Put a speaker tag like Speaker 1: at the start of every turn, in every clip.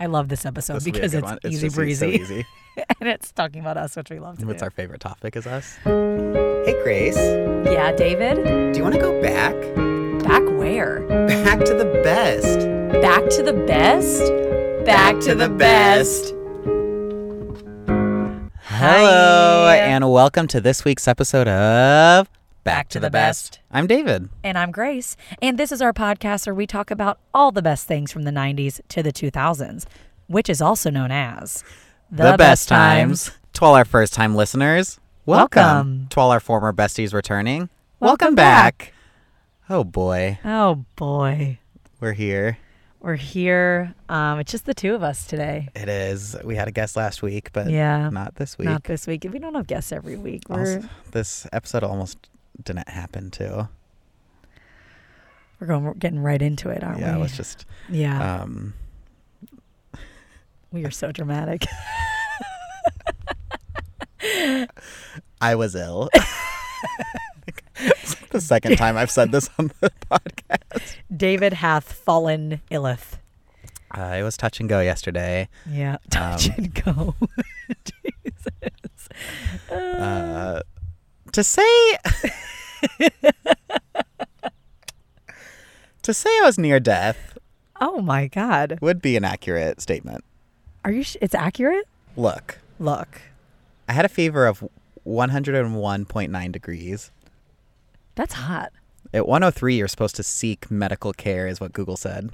Speaker 1: I love this episode
Speaker 2: This will be a
Speaker 1: because
Speaker 2: good
Speaker 1: it's
Speaker 2: one.
Speaker 1: easy
Speaker 2: just so
Speaker 1: breezy.
Speaker 2: easy.
Speaker 1: and it's talking about us, which we love to
Speaker 2: What's
Speaker 1: do.
Speaker 2: our favorite topic is us. Hey, Grace. Do
Speaker 1: yeah, David,
Speaker 2: you want to go back?
Speaker 1: back where?
Speaker 2: Back to the best.
Speaker 1: Back to the best? Back, to, the, best.
Speaker 2: Hello,
Speaker 1: Hi.
Speaker 2: and welcome to this week's episode of Back, to, the, best. I'm David.
Speaker 1: And I'm Grace. And this is our podcast where we talk about all the best things from the 90s to the 2000s, which is also known as
Speaker 2: To all our first time listeners, welcome.
Speaker 1: Welcome.
Speaker 2: To all our former besties returning,
Speaker 1: Welcome
Speaker 2: Oh boy,
Speaker 1: Oh, boy.
Speaker 2: we're here.
Speaker 1: We're here. Um, it's just the two of us today.
Speaker 2: It is. We had a guest last week, but
Speaker 1: Yeah.
Speaker 2: Uh, not this week.
Speaker 1: Not this week. We don't have guests every week. We're,
Speaker 2: Also- this episode almost didn't happen too.
Speaker 1: we're going we're getting right into it, aren't we?
Speaker 2: Yeah,
Speaker 1: Oh.
Speaker 2: it was just
Speaker 1: yeah.
Speaker 2: um
Speaker 1: we are so dramatic.
Speaker 2: I was ill. It's like the second time I've said this on the podcast.
Speaker 1: David hath fallen illeth.
Speaker 2: Uh, it was touch and go yesterday.
Speaker 1: Yeah.
Speaker 2: Um,
Speaker 1: Touch and go. Jesus.
Speaker 2: Uh, to say to say I was near death
Speaker 1: oh, my God.
Speaker 2: would be an accurate statement.
Speaker 1: Are you? Sh- it's accurate?
Speaker 2: Look,
Speaker 1: Look,
Speaker 2: I had a fever of 101.9 degrees.
Speaker 1: that's hot.
Speaker 2: At 103, you're supposed to seek medical care, is what Google said.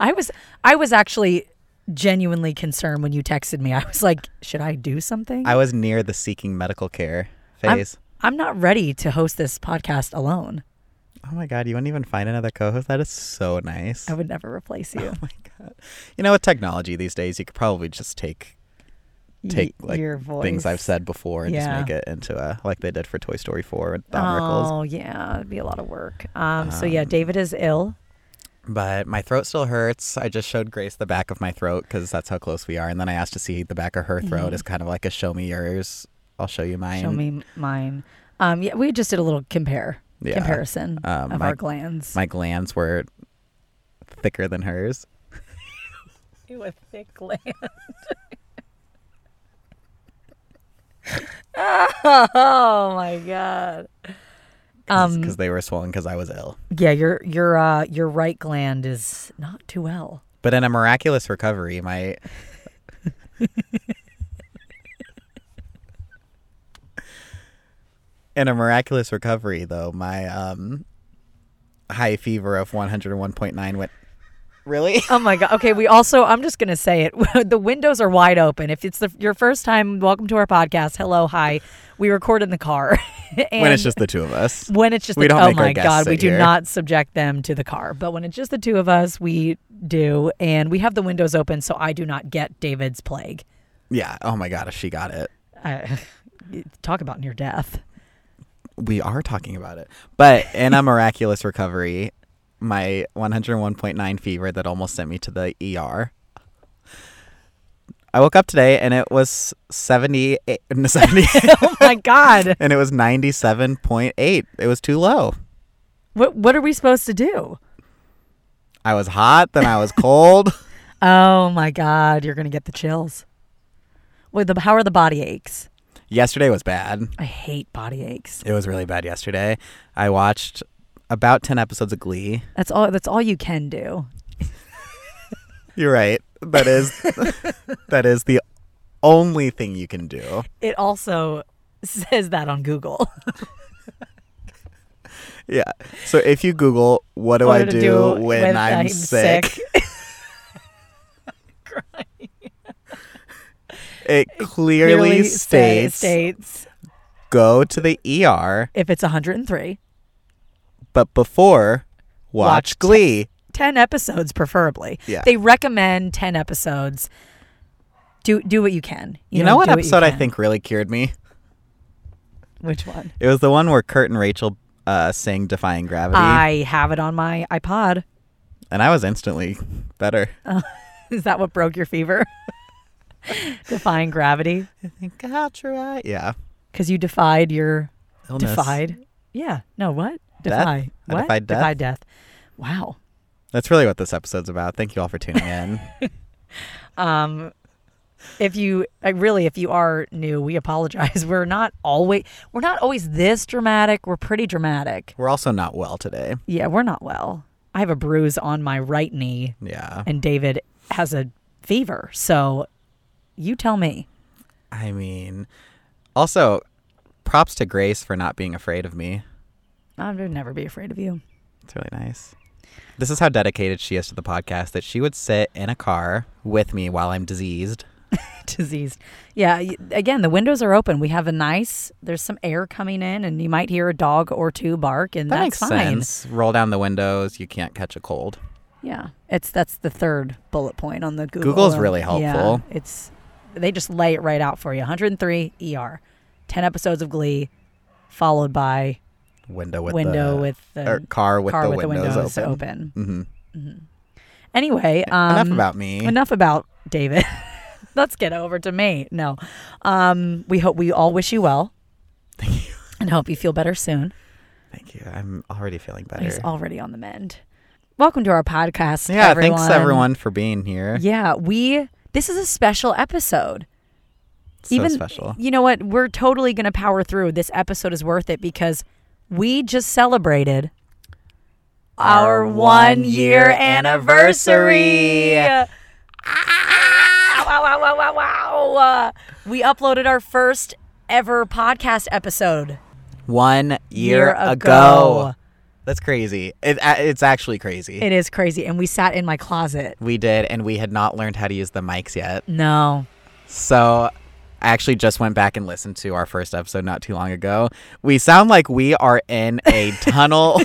Speaker 1: I was I was actually genuinely concerned when you texted me. I was like, should I do something?
Speaker 2: I was near the seeking medical care
Speaker 1: I'm-
Speaker 2: phase.
Speaker 1: I'm not ready to host this podcast alone.
Speaker 2: oh my God, you wouldn't even find another co host? That is so nice.
Speaker 1: I would never replace you.
Speaker 2: Oh my god! You know, with technology these days, you could probably just take take
Speaker 1: Y-
Speaker 2: like
Speaker 1: your voice.
Speaker 2: things I've said before and
Speaker 1: Yeah.
Speaker 2: just make it into a like they did for Toy Story Four with Don Rickles.
Speaker 1: Oh yeah, it'd be a lot of work. Um, so yeah, David is ill.
Speaker 2: But my throat still hurts. I just showed Grace the back of my throat because that's how close we are, and then I asked to see the back of her throat as kind of like a show me yours, I'll show you mine.
Speaker 1: Mm-hmm. Show me mine. Um, yeah, we just did a little compare
Speaker 2: Yeah.
Speaker 1: comparison
Speaker 2: Um,
Speaker 1: of
Speaker 2: my-
Speaker 1: our glands.
Speaker 2: My glands were thicker than hers.
Speaker 1: You a thick gland. oh my god. Um,
Speaker 2: Because they were swollen because I was ill.
Speaker 1: Yeah, your your uh your right gland is not too well.
Speaker 2: But in a miraculous recovery, my in a miraculous recovery though, my um high fever of 101.9 went really
Speaker 1: Oh my god. Okay, we also I'm just going to say it. the windows are wide open. If it's the, your first time, welcome to our podcast. Hello, hi. We record in the car. and
Speaker 2: when it's just the two of us.
Speaker 1: when it's just
Speaker 2: we
Speaker 1: the,
Speaker 2: don't
Speaker 1: oh
Speaker 2: make our
Speaker 1: my
Speaker 2: guests
Speaker 1: god, we
Speaker 2: sit
Speaker 1: do
Speaker 2: here.
Speaker 1: not subject them to the car. But when it's just the two of us, we do and we have the windows open so I do not get David's plague.
Speaker 2: Yeah. Oh my god, if she got it.
Speaker 1: I, talk about near death.
Speaker 2: We are talking about it. But in a miraculous recovery, my 101.9 fever that almost sent me to the ER. I woke up today and it was 78 78
Speaker 1: Oh my god.
Speaker 2: and it was 97.8. It was too low.
Speaker 1: What what are we supposed to do?
Speaker 2: I was hot, then I was cold.
Speaker 1: Oh my god, you're going to get the chills. Wait, the how are the body aches?
Speaker 2: yesterday was bad.
Speaker 1: I hate body aches.
Speaker 2: It was really bad yesterday. I watched about 10 episodes of Glee.
Speaker 1: That's all that's all you can do.
Speaker 2: You're right. That is that is the only thing you can do.
Speaker 1: It also says that on Google.
Speaker 2: Yeah. So if you Google what do
Speaker 1: What
Speaker 2: I
Speaker 1: to
Speaker 2: do, when, I'm, sick, it clearly,
Speaker 1: Clearly say-
Speaker 2: states
Speaker 1: states
Speaker 2: go to the ER,
Speaker 1: if it's 103,
Speaker 2: but before watch,
Speaker 1: Watch te-
Speaker 2: Glee.
Speaker 1: 10 episodes preferably.
Speaker 2: Yeah.
Speaker 1: They recommend 10 episodes. Do do what you can.
Speaker 2: you know what
Speaker 1: do
Speaker 2: episode I
Speaker 1: can.
Speaker 2: think really cured me?
Speaker 1: Which one?
Speaker 2: It was the one where Kurt and Rachel uh, sang "Defying Gravity,"
Speaker 1: I have it on my iPod.
Speaker 2: and I was instantly better.
Speaker 1: Is that what broke your fever? Defying gravity
Speaker 2: I think I'll try. Yeah,
Speaker 1: because you defied your
Speaker 2: Illness.
Speaker 1: defied. Yeah. No. What?
Speaker 2: Death?
Speaker 1: Defy.
Speaker 2: I
Speaker 1: What?
Speaker 2: defied death.
Speaker 1: Defy death. Wow.
Speaker 2: That's really what this episode's about. Thank you all for tuning in.
Speaker 1: Um, if you I really, if you are new, we apologize. We're not always we're not always this dramatic. We're pretty dramatic.
Speaker 2: We're also not well today.
Speaker 1: Yeah, we're not well. I have a bruise on my right knee,
Speaker 2: Yeah.
Speaker 1: and David has a fever. So, you tell me.
Speaker 2: I mean, also, props to Grace for not being afraid of me.
Speaker 1: I would never be afraid of you.
Speaker 2: It's really nice. This is how dedicated she is to the podcast that she would sit in a car with me while I'm diseased.
Speaker 1: diseased. Yeah. y- Again, the windows are open. We have a nice. There's some air coming in, and you might hear a dog or two bark, and
Speaker 2: That
Speaker 1: that's
Speaker 2: makes
Speaker 1: fine.
Speaker 2: sense. Roll down the windows. You can't catch a cold.
Speaker 1: Yeah. It's that's the third bullet point on the Google.
Speaker 2: Google's
Speaker 1: Um,
Speaker 2: really helpful.
Speaker 1: Yeah, it's they just lay it right out for you. 103 ER, 10 episodes of Glee, followed by
Speaker 2: Window with
Speaker 1: window
Speaker 2: the, er,
Speaker 1: with the
Speaker 2: or car with
Speaker 1: car
Speaker 2: the
Speaker 1: with
Speaker 2: windows,
Speaker 1: the windows
Speaker 2: open.
Speaker 1: open.
Speaker 2: hmm
Speaker 1: Anyway, um,
Speaker 2: Enough about me.
Speaker 1: Enough about David. Let's get over to me. No. Um, we hope we all wish you well.
Speaker 2: Thank you.
Speaker 1: And hope you feel better soon.
Speaker 2: Thank you. I'm already feeling better.
Speaker 1: He's already on the mend. Welcome to our podcast.
Speaker 2: yeah.
Speaker 1: everyone.
Speaker 2: Thanks everyone for being here.
Speaker 1: Yeah, we this is a special episode.
Speaker 2: so special.
Speaker 1: You know what? We're totally gonna power through. This episode is worth it because we just celebrated our, one year Ah, anniversary. Ow, ow, ow, ow, ow, ow. Uh, We uploaded our first ever podcast episode
Speaker 2: One year,
Speaker 1: year
Speaker 2: ago.
Speaker 1: ago.
Speaker 2: That's crazy. It, uh, it's actually crazy.
Speaker 1: It is crazy. And we sat in my closet.
Speaker 2: we did, and we had not learned how to use the mics yet.
Speaker 1: No.
Speaker 2: So I actually just went back and listened to our first episode not too long ago. We sound like we are in a tunnel.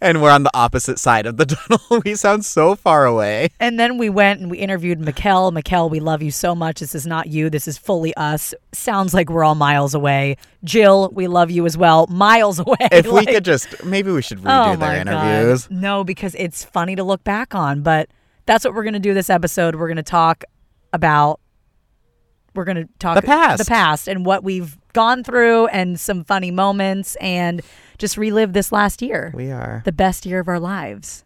Speaker 2: and we're on the opposite side of the tunnel. We sound so far away.
Speaker 1: And then we went and we interviewed Mikkel. Mikkel, we love you so much. This is not you. This is fully us. Sounds like we're all miles away. Jill, we love you as well. Miles away.
Speaker 2: If we
Speaker 1: Like,
Speaker 2: could just maybe we should
Speaker 1: oh
Speaker 2: redo
Speaker 1: my
Speaker 2: their interviews.
Speaker 1: God. No, because it's funny to look back on. But that's what we're going to do this episode. We're going to talk about. We're going to talk
Speaker 2: The past.
Speaker 1: the past, and what we've gone through, and some funny moments, and just relive this last year,
Speaker 2: We are.
Speaker 1: the best year of our lives.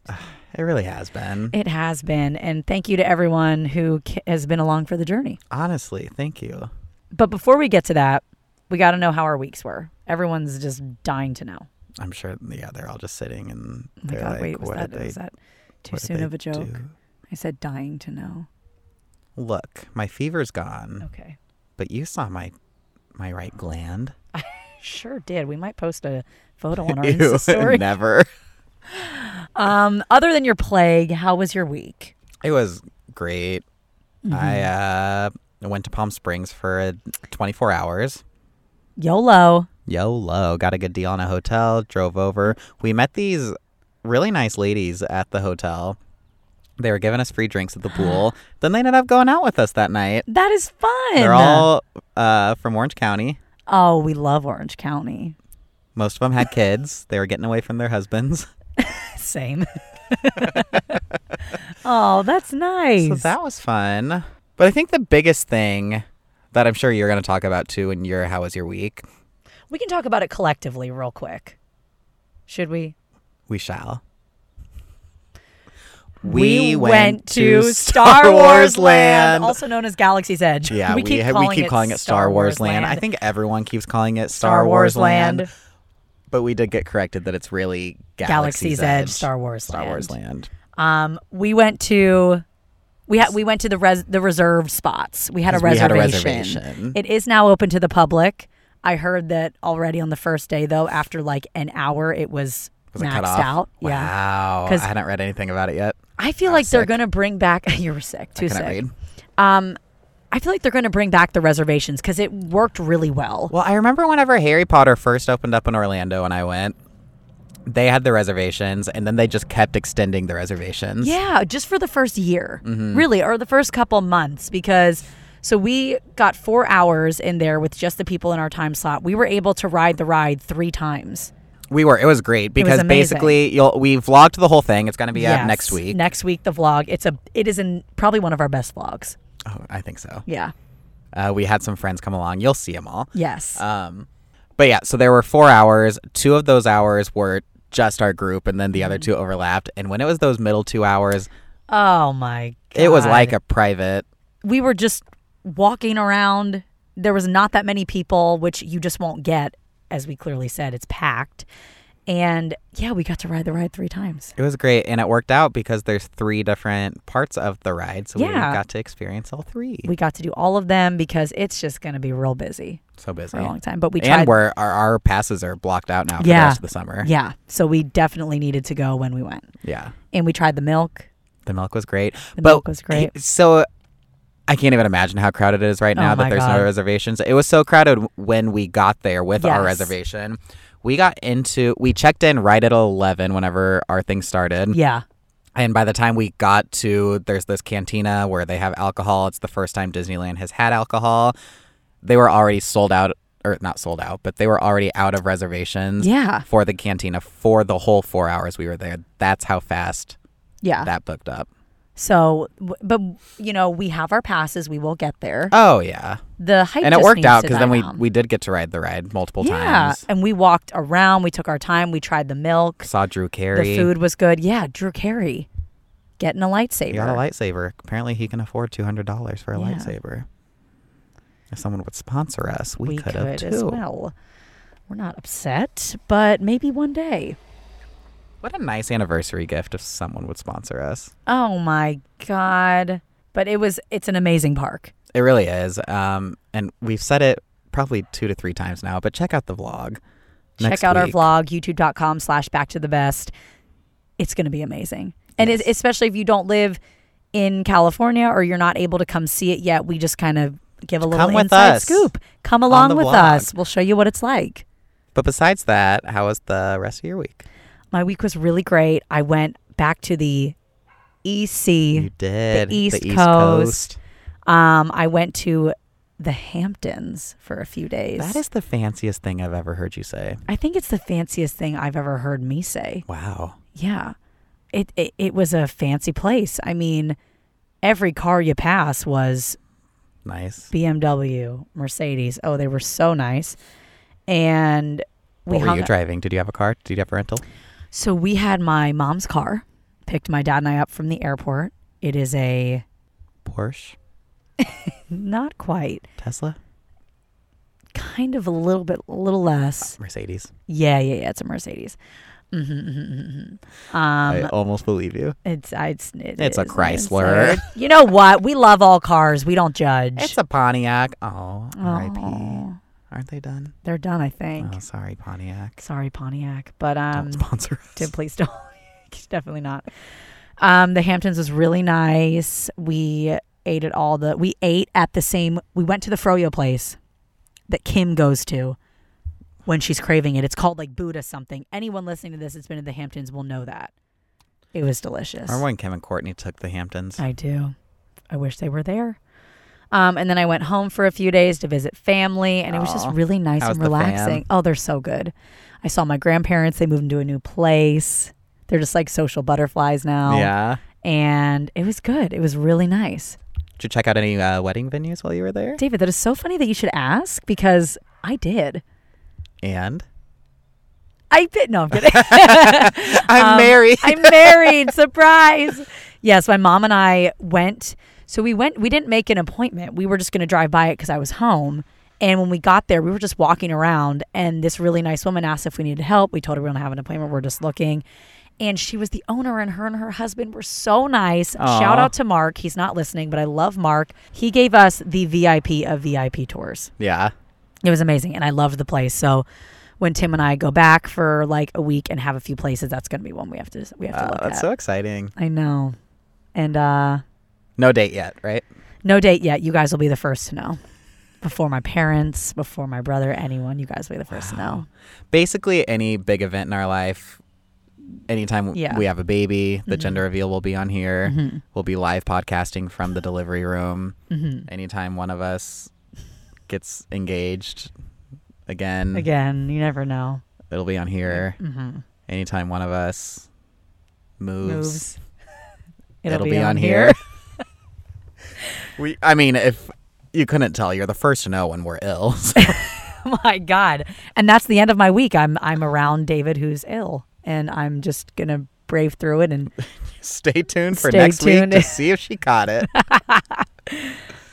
Speaker 2: It really has been.
Speaker 1: It has been. And thank you to everyone who ca- has been along for the journey.
Speaker 2: Honestly, thank you.
Speaker 1: But before we get to that, we got to know how our weeks were. Everyone's just dying to know.
Speaker 2: I'm sure yeah, they're all just sitting and
Speaker 1: Oh my
Speaker 2: they're
Speaker 1: God,
Speaker 2: like,
Speaker 1: wait, was
Speaker 2: what
Speaker 1: that,
Speaker 2: did they
Speaker 1: was that too
Speaker 2: what did
Speaker 1: soon
Speaker 2: they
Speaker 1: of a joke?
Speaker 2: do?
Speaker 1: I said dying to know.
Speaker 2: Look, my fever's gone,
Speaker 1: Okay.
Speaker 2: but you saw my my right gland.
Speaker 1: Sure did. We might post a photo on our
Speaker 2: Ew,
Speaker 1: Insta story.
Speaker 2: Never.
Speaker 1: Um, other than your plague, how was your week?
Speaker 2: It was great. I uh,
Speaker 1: Mm-hmm.
Speaker 2: went to Palm Springs for uh, 24 hours.
Speaker 1: YOLO.
Speaker 2: YOLO. Got a good deal on a hotel, drove over. We met these really nice ladies at the hotel. They were giving us free drinks at the pool. then they ended up going out with us that night.
Speaker 1: That is fun.
Speaker 2: They're all uh, from Orange County.
Speaker 1: oh, we love Orange County.
Speaker 2: Most of them had kids. they were getting away from their husbands.
Speaker 1: Same. oh, that's nice.
Speaker 2: So that was fun. But I think the biggest thing that I'm sure you're going to talk about too in your how was your week,
Speaker 1: We can talk about it collectively, real quick. Should we?
Speaker 2: we shall.
Speaker 1: also known as Galaxy's Edge.
Speaker 2: yeah, we,
Speaker 1: we keep,
Speaker 2: ha-
Speaker 1: calling,
Speaker 2: we keep
Speaker 1: it
Speaker 2: calling it Star Wars Land. I think everyone keeps calling it Star, Wars, Land, but we did get corrected that it's really
Speaker 1: Galaxy's
Speaker 2: Galaxy's,
Speaker 1: Edge, Star Wars
Speaker 2: Star
Speaker 1: Land.
Speaker 2: Wars Land.
Speaker 1: Um, we went to we had we went to the res- the reserved spots. We had a
Speaker 2: 'Cause we had
Speaker 1: reservation.
Speaker 2: a reservation.
Speaker 1: It is now open to the public. I heard that already on the first day, though. After like an hour, it was,
Speaker 2: Was it
Speaker 1: maxed
Speaker 2: cut off?
Speaker 1: out. Yeah,
Speaker 2: Wow. I
Speaker 1: 'Cause-
Speaker 2: hadn't read anything about it yet.
Speaker 1: I feel like they're
Speaker 2: sick.
Speaker 1: gonna bring back. you were sick. Too
Speaker 2: Couldn't
Speaker 1: sick.
Speaker 2: read.
Speaker 1: Um, I feel like they're going to bring back the reservations because it worked really well.
Speaker 2: Well, I remember whenever Harry Potter first opened up in Orlando and I went, they had the reservations and then they just kept extending the reservations.
Speaker 1: Yeah, just for the first year,
Speaker 2: Mm-hmm.
Speaker 1: really, or the first couple months because. So we got four hours in there with just the people in our time slot. We were able to ride the ride three times.
Speaker 2: We were. It was great because
Speaker 1: amazing.
Speaker 2: basically you'll we vlogged the whole thing. It's going to be
Speaker 1: Yeah,
Speaker 2: up next week.
Speaker 1: Next week, the vlog. It's a. It is in probably one of our best vlogs.
Speaker 2: oh, I think so.
Speaker 1: Yeah.
Speaker 2: Uh, we had some friends come along. You'll see them all.
Speaker 1: Yes.
Speaker 2: Um, but yeah, so there were four hours. Two of those hours were just our group, and then the other two overlapped. And when it was those middle two hours,
Speaker 1: Oh my god.
Speaker 2: it was like a private.
Speaker 1: we were just walking around. There was not that many people, which you just won't get, as we clearly said, it's packed. And yeah, we got to ride the ride three times.
Speaker 2: It was great, and it worked out because there's three different parts of the ride, so we
Speaker 1: Yeah.
Speaker 2: got to experience all three.
Speaker 1: We got to do all of them because it's just going to be real busy
Speaker 2: so busy.
Speaker 1: for a long time. But we
Speaker 2: And
Speaker 1: tried.
Speaker 2: we're, our, our passes are blocked out now for
Speaker 1: Yeah.
Speaker 2: the rest of the summer.
Speaker 1: Yeah. So we definitely needed to go when we went.
Speaker 2: Yeah.
Speaker 1: And we tried the milk.
Speaker 2: The milk was great.
Speaker 1: The
Speaker 2: but
Speaker 1: milk was great.
Speaker 2: it- so I can't even imagine how crowded it is right
Speaker 1: Oh
Speaker 2: now
Speaker 1: my
Speaker 2: that there's
Speaker 1: God.
Speaker 2: no reservations. It was so crowded w- when we got there with our
Speaker 1: Yes.
Speaker 2: reservation. We got into, we checked in right at 11 whenever our thing started.
Speaker 1: Yeah.
Speaker 2: And by the time we got to, there's this cantina where they have alcohol. It's the first time Disneyland has had alcohol. They were already sold out, or not sold out, but they were already out of reservations
Speaker 1: Yeah.
Speaker 2: for the cantina for the whole four hours we were there. That's how fast
Speaker 1: Yeah.
Speaker 2: that booked up.
Speaker 1: So, w- but you know, we have our passes. We will get there.
Speaker 2: Oh, yeah.
Speaker 1: The hype
Speaker 2: and it
Speaker 1: just
Speaker 2: worked
Speaker 1: needs
Speaker 2: out
Speaker 1: to
Speaker 2: because
Speaker 1: die
Speaker 2: then we,
Speaker 1: down.
Speaker 2: we did get to ride the ride multiple
Speaker 1: yeah,
Speaker 2: times.
Speaker 1: and we walked around. We took our time. We tried the milk.
Speaker 2: Saw Drew Carey.
Speaker 1: The food was good. Yeah, Drew Carey getting a
Speaker 2: He
Speaker 1: lightsaber.
Speaker 2: got a lightsaber. Apparently, he can afford two hundred dollars for a
Speaker 1: Yeah.
Speaker 2: lightsaber. If someone would sponsor us, we,
Speaker 1: we
Speaker 2: could
Speaker 1: could
Speaker 2: have too.
Speaker 1: as well. We're not upset, but maybe one day.
Speaker 2: What a nice anniversary gift if someone would sponsor us.
Speaker 1: Oh my god! But it was it's an amazing park.
Speaker 2: It really is. Um, and we've said it probably two to three times now, but check out the vlog. next
Speaker 1: Check out
Speaker 2: week.
Speaker 1: our vlog youtube.com slash back to the best. It's going to be amazing, and it, especially if you don't live in California or you're not able to come see it yet, we just kind of give a little
Speaker 2: Come with
Speaker 1: inside
Speaker 2: us
Speaker 1: scoop. Come along
Speaker 2: the
Speaker 1: with
Speaker 2: vlog.
Speaker 1: us. We'll show you what it's like.
Speaker 2: But besides that, how was the rest of your week?
Speaker 1: My week was really great. I went back to the E EC.
Speaker 2: You did
Speaker 1: East Coast. Um, I went to the Hamptons for a few days.
Speaker 2: That is the fanciest thing I've ever heard you say.
Speaker 1: I think it's the fanciest thing I've ever heard me say.
Speaker 2: Wow.
Speaker 1: Yeah. It it, it was a fancy place. I mean, every car you pass was
Speaker 2: Nice.
Speaker 1: BMW, Mercedes. Oh, they were so nice. And we
Speaker 2: what were
Speaker 1: hung
Speaker 2: you driving? Did you have a car? Did you have a rental?
Speaker 1: So we had my mom's car, picked my dad and I up from the airport. It is a
Speaker 2: Porsche?
Speaker 1: not quite
Speaker 2: Tesla?
Speaker 1: kind of a little bit, a little less.
Speaker 2: Mercedes.
Speaker 1: Yeah, yeah, yeah. It's a Mercedes. Mm-hmm, Um,
Speaker 2: I almost believe you.
Speaker 1: it's I- it's it
Speaker 2: It's a
Speaker 1: is-
Speaker 2: Chrysler.
Speaker 1: it's a- you know what? We love all cars. We don't judge.
Speaker 2: It's a Pontiac. Oh, R.I.P.
Speaker 1: Oh,
Speaker 2: Aren't they done?
Speaker 1: they're done. I think.
Speaker 2: Oh, sorry, Pontiac.
Speaker 1: Sorry, Pontiac, but um,
Speaker 2: Don't sponsor us.
Speaker 1: to please don't. Definitely not. Um, the Hamptons was really nice. We ate at all the. We ate at the same. We went to the Froyo place that Kim goes to when she's craving it. It's called like Buddha something. Anyone listening to this that's been to the Hamptons will know that. It was delicious.
Speaker 2: Remember when Kim and Courtney took the Hamptons?
Speaker 1: I do. I wish they were there. Um, and then I went home for a few days to visit family, and it was just
Speaker 2: Aw.
Speaker 1: really nice
Speaker 2: How's
Speaker 1: and
Speaker 2: the fam?
Speaker 1: relaxing. Oh, they're so good. I saw my grandparents. They moved into a new place. They're just like social butterflies now.
Speaker 2: Yeah.
Speaker 1: And it was good. It was really nice.
Speaker 2: Did you check out any uh, wedding venues while you were there?
Speaker 1: David, that is so funny that you should ask because I did.
Speaker 2: And
Speaker 1: I did. No, I'm kidding.
Speaker 2: I'm
Speaker 1: Um,
Speaker 2: married.
Speaker 1: I'm married. Surprise. Yes, my mom and I went. So we went. We didn't make an appointment. We were just going to drive by it because I was home. And when we got there, we were just walking around, and this really nice woman asked if we needed help. We told her we don't have an appointment. We're just looking. And she was the owner, and her and her husband were so nice. Shout
Speaker 2: Aw.
Speaker 1: out to Mark. He's not listening, but I love Mark. He gave us the VIP of VIP tours.
Speaker 2: yeah.
Speaker 1: It was amazing, and I loved the place. So when Tim and I go back for like a week and have a few places, that's going to be one we have to we have to
Speaker 2: Wow,
Speaker 1: look
Speaker 2: Uh, Ah, that's
Speaker 1: at.
Speaker 2: so exciting.
Speaker 1: I know, and uh,
Speaker 2: No date yet, right?
Speaker 1: no date yet. You guys will be the first to know. Before my parents, before my brother, anyone, you guys will be the first to know.
Speaker 2: Basically, any big event in our life, anytime
Speaker 1: Yeah.
Speaker 2: we have a baby, the gender reveal will be on here. We'll be live podcasting from the delivery room.
Speaker 1: Mm-hmm.
Speaker 2: Anytime one of us gets engaged again,
Speaker 1: Again, you never know.
Speaker 2: it'll be on here.
Speaker 1: Mm-hmm.
Speaker 2: Anytime one of us moves,
Speaker 1: Moves.
Speaker 2: it'll, be, on here. we, I mean, if you couldn't tell, you're the first to know when we're ill. so.
Speaker 1: Oh my God, and that's the end of my week. I'm I'm around David, who's ill. and I'm just gonna brave through it and
Speaker 2: Stay tuned for
Speaker 1: Stay
Speaker 2: next
Speaker 1: tuned.
Speaker 2: week to see if she caught it.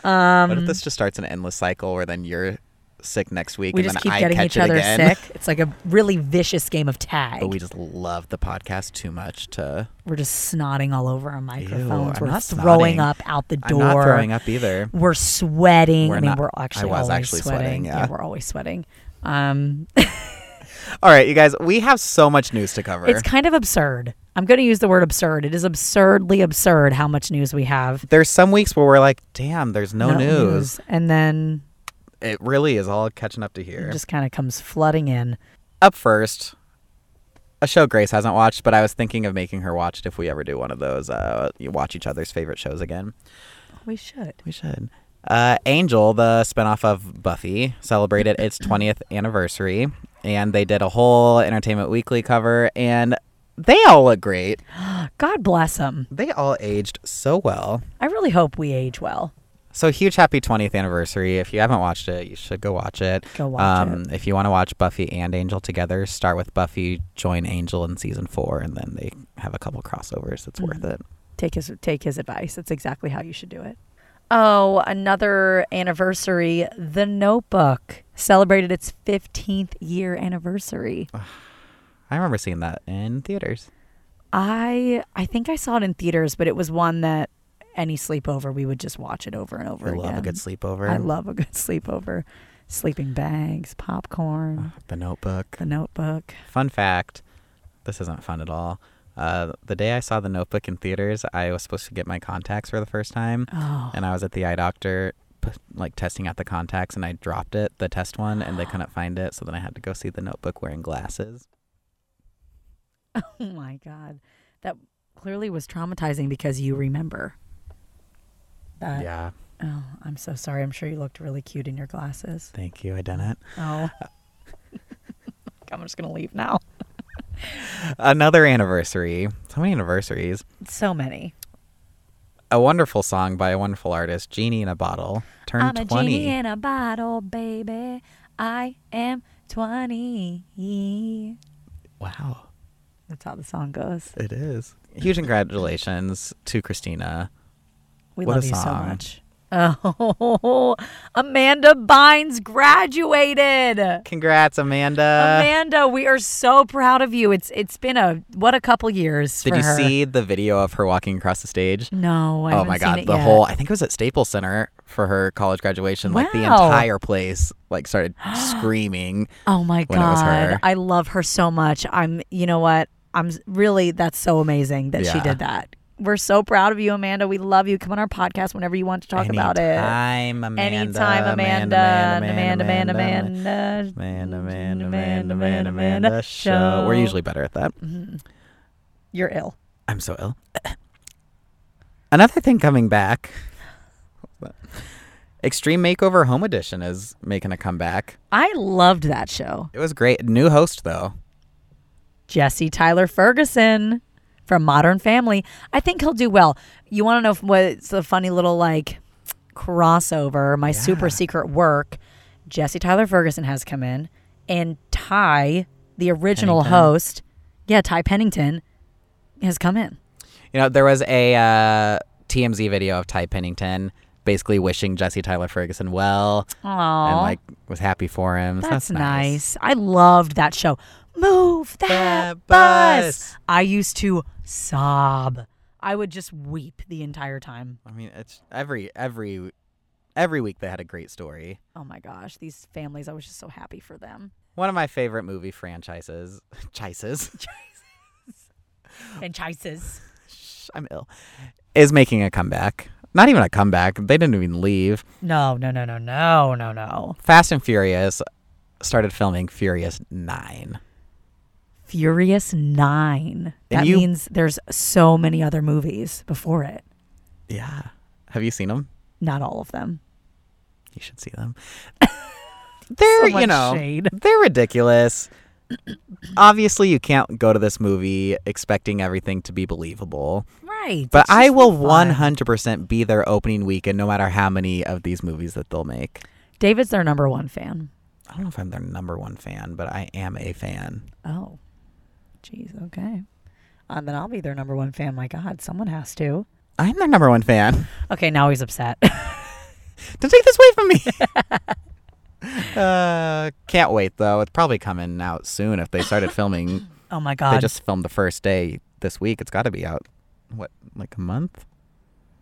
Speaker 2: um, what if this just starts an endless cycle where then you're sick next week
Speaker 1: we
Speaker 2: and
Speaker 1: just
Speaker 2: then
Speaker 1: keep
Speaker 2: I
Speaker 1: getting
Speaker 2: catch
Speaker 1: each
Speaker 2: it
Speaker 1: other
Speaker 2: again?
Speaker 1: sick. It's like a really vicious game of tag.
Speaker 2: But we just love the podcast too much to.
Speaker 1: We're just snotting all over our microphones.
Speaker 2: I'm
Speaker 1: We're
Speaker 2: not
Speaker 1: throwing
Speaker 2: snotting.
Speaker 1: up out the
Speaker 2: I'm
Speaker 1: door.
Speaker 2: not throwing up either.
Speaker 1: We're sweating.
Speaker 2: We're
Speaker 1: I mean,
Speaker 2: not-
Speaker 1: we're actually
Speaker 2: I
Speaker 1: always
Speaker 2: was actually sweating, yeah.
Speaker 1: we're always sweating. Um,
Speaker 2: All right, you guys, we have so much news to cover.
Speaker 1: it's kind of absurd. I'm going to use the word absurd. It is absurdly absurd how much news we have.
Speaker 2: there's some weeks where we're like, damn, there's no,
Speaker 1: No
Speaker 2: news.
Speaker 1: And then
Speaker 2: It really is all catching up to here.
Speaker 1: it just kind of comes flooding in.
Speaker 2: up first, a show Grace hasn't watched, but I was thinking of making her watch it if we ever do one of those. Uh, you watch each other's favorite shows again.
Speaker 1: We should.
Speaker 2: We should. Uh, Angel, the spinoff of Buffy, celebrated its 20th anniversary, and they did a whole Entertainment Weekly cover, and they all look great.
Speaker 1: God bless them.
Speaker 2: They all aged so well.
Speaker 1: I really hope we age well.
Speaker 2: So huge happy 20th anniversary. If you haven't watched it, you should go watch it.
Speaker 1: Go watch
Speaker 2: it. If you want to watch Buffy and Angel together, start with Buffy, join Angel in season four, and then they have a couple crossovers. It's worth
Speaker 1: Mm.
Speaker 2: it.
Speaker 1: Take his take his advice. That's exactly how you should do it. Oh, another anniversary. The Notebook celebrated its 15th year anniversary.
Speaker 2: Uh. I remember seeing that in theaters.
Speaker 1: I I think I saw it in theaters, but it was one that any sleepover we would just watch it over and over
Speaker 2: I
Speaker 1: again.
Speaker 2: love a good sleepover.
Speaker 1: I love a good sleepover. Sleeping bags, popcorn,
Speaker 2: The Notebook.
Speaker 1: the notebook.
Speaker 2: Fun fact: This isn't fun at all. Uh, the day I saw The Notebook in theaters, I was supposed to get my contacts for the first time,
Speaker 1: Oh,
Speaker 2: and I was at the eye doctor, p- like testing out the contacts, and I dropped it, the test one, and they couldn't find it, so then I had to go see The Notebook wearing glasses.
Speaker 1: oh my god. That clearly was traumatizing because you remember. That
Speaker 2: yeah,
Speaker 1: Oh, I'm so sorry. I'm sure you looked really cute in your glasses.
Speaker 2: thank you. I done it.
Speaker 1: Oh. I'm just going to leave now.
Speaker 2: Another anniversary. So many anniversaries.
Speaker 1: So many.
Speaker 2: A wonderful song by a wonderful artist, Genie in a Bottle, turned
Speaker 1: I'm a
Speaker 2: 20.
Speaker 1: genie in a bottle, baby. I am 20.
Speaker 2: wow,
Speaker 1: That's how the song goes.
Speaker 2: it is. Huge congratulations to Christina.
Speaker 1: We
Speaker 2: What a
Speaker 1: love you so
Speaker 2: song.
Speaker 1: much. Oh, Amanda Bynes
Speaker 2: Uh,
Speaker 1: graduated.
Speaker 2: Congrats, Amanda.
Speaker 1: Amanda, we are so proud of you. It's it's been a what a couple years.
Speaker 2: Did
Speaker 1: for
Speaker 2: you
Speaker 1: her.
Speaker 2: see the video of her walking across the stage?
Speaker 1: No, I
Speaker 2: oh
Speaker 1: haven't
Speaker 2: my
Speaker 1: seen
Speaker 2: god,
Speaker 1: it
Speaker 2: the
Speaker 1: yet.
Speaker 2: whole I think it was at Staples Center for her college graduation. Like the
Speaker 1: Wow.
Speaker 2: entire place like started screaming.
Speaker 1: Oh my
Speaker 2: when it was
Speaker 1: god,
Speaker 2: her.
Speaker 1: I love her so much. I'm, you know what? I'm s- really that's so amazing that she
Speaker 2: Yeah.
Speaker 1: did that. We're so proud of you, Amanda. We love you. Come on our podcast whenever you want to talk about it.
Speaker 2: Anytime, Amanda.
Speaker 1: Anytime, Amanda, and Amanda, Amanda, Amanda,
Speaker 2: Amanda, Amanda, Amanda, Amanda, Amanda, show. We're usually better at that.
Speaker 1: you're ill.
Speaker 2: I'm so ill. Another thing coming back. Extreme Makeover Home Edition is making a comeback.
Speaker 1: I loved that show.
Speaker 2: It was great. New host though.
Speaker 1: Jesse Tyler Ferguson from Modern Family. I think he'll do well. You want to know if- what's a funny little like crossover? My super secret work. Jesse Tyler Ferguson has come in, and Ty, the original
Speaker 2: Pennington.
Speaker 1: host, yeah, Ty Pennington, has come in.
Speaker 2: You know, there was a uh, TMZ video of Ty Pennington basically wishing Jesse Tyler Ferguson well and
Speaker 1: Aww,
Speaker 2: like was happy for him. So
Speaker 1: that's, nice. I loved that show. Move that,
Speaker 2: That
Speaker 1: bus.
Speaker 2: bus.
Speaker 1: I used to sob. I would just weep the entire time.
Speaker 2: I mean, it's every every every week they had a great story.
Speaker 1: Oh my gosh, these families, I was just so happy for them.
Speaker 2: One of my favorite movie franchises, Chises.
Speaker 1: And choices.
Speaker 2: Shh, I'm ill. Is making a comeback. Not even a comeback. They didn't even leave.
Speaker 1: No, no, no, no, no, no, no.
Speaker 2: Fast and Furious started filming Furious 9.
Speaker 1: Furious Nine.
Speaker 2: And
Speaker 1: That
Speaker 2: you-
Speaker 1: means there's so many other movies before it.
Speaker 2: Yeah. Have you seen them?
Speaker 1: Not all of them.
Speaker 2: You should see them. They're,
Speaker 1: So
Speaker 2: you
Speaker 1: much
Speaker 2: know,
Speaker 1: shade.
Speaker 2: they're ridiculous. Obviously, you can't go to this movie expecting everything to be believable,
Speaker 1: Right.
Speaker 2: but
Speaker 1: it's
Speaker 2: I
Speaker 1: just
Speaker 2: will
Speaker 1: fun.
Speaker 2: 100% be their opening weekend no matter how many of these movies that they'll make.
Speaker 1: David's their number one fan.
Speaker 2: I don't know if I'm their number one fan, but I am a fan.
Speaker 1: Oh. Jeez, okay. Uh, then I'll be their number one fan. My God, someone has to.
Speaker 2: I'm their number one fan.
Speaker 1: Okay, now he's upset.
Speaker 2: Don't take this away from me. uh, can't wait though. It's probably coming out soon. If they started filming,
Speaker 1: oh my
Speaker 2: they
Speaker 1: God.
Speaker 2: just filmed the first day this week. It's got to be out. What, like a month?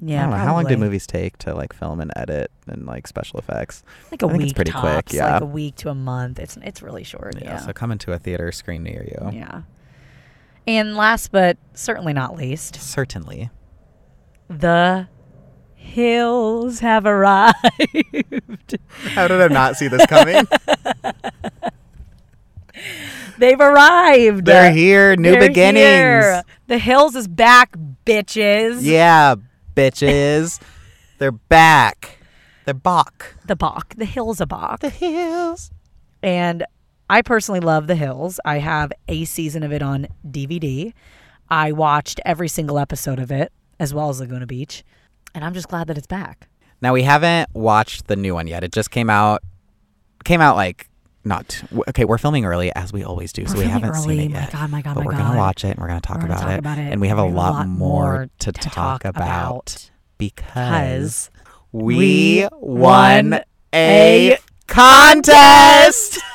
Speaker 1: yeah.
Speaker 2: I don't know. How long do
Speaker 1: probably.
Speaker 2: movies take to like film and edit and like special effects?
Speaker 1: Like a
Speaker 2: I think
Speaker 1: week.
Speaker 2: it's pretty quick,
Speaker 1: tops,
Speaker 2: yeah.
Speaker 1: Like a week to a month. It's it's really short. Yeah.
Speaker 2: So coming to a theater screen near you.
Speaker 1: yeah. And last but certainly not least,
Speaker 2: Certainly.
Speaker 1: The hills have arrived.
Speaker 2: How did I not see this coming?
Speaker 1: They've arrived.
Speaker 2: They're here. New
Speaker 1: They're
Speaker 2: beginnings.
Speaker 1: here. The hills is back, bitches.
Speaker 2: Yeah, bitches. They're back. They're back.
Speaker 1: The Bach. The hills a Bach.
Speaker 2: hills.
Speaker 1: And I personally love The Hills. I have a season of it on DVD. I watched every single episode of it, as well as Laguna Beach. And I'm just glad that it's back.
Speaker 2: Now we haven't watched the new one yet. It just came out. Came out like not w- okay. We're filming early as we always do, so we
Speaker 1: filming
Speaker 2: haven't seen
Speaker 1: early.
Speaker 2: it
Speaker 1: My
Speaker 2: yet.
Speaker 1: God, my God,
Speaker 2: but
Speaker 1: my
Speaker 2: we're
Speaker 1: God.
Speaker 2: gonna watch it and we're gonna talk,
Speaker 1: We're gonna
Speaker 2: about,
Speaker 1: talk
Speaker 2: it.
Speaker 1: about it.
Speaker 2: and we have a
Speaker 1: We have
Speaker 2: lot, more to, talk, about because we won
Speaker 1: won
Speaker 2: a
Speaker 1: a
Speaker 2: contest.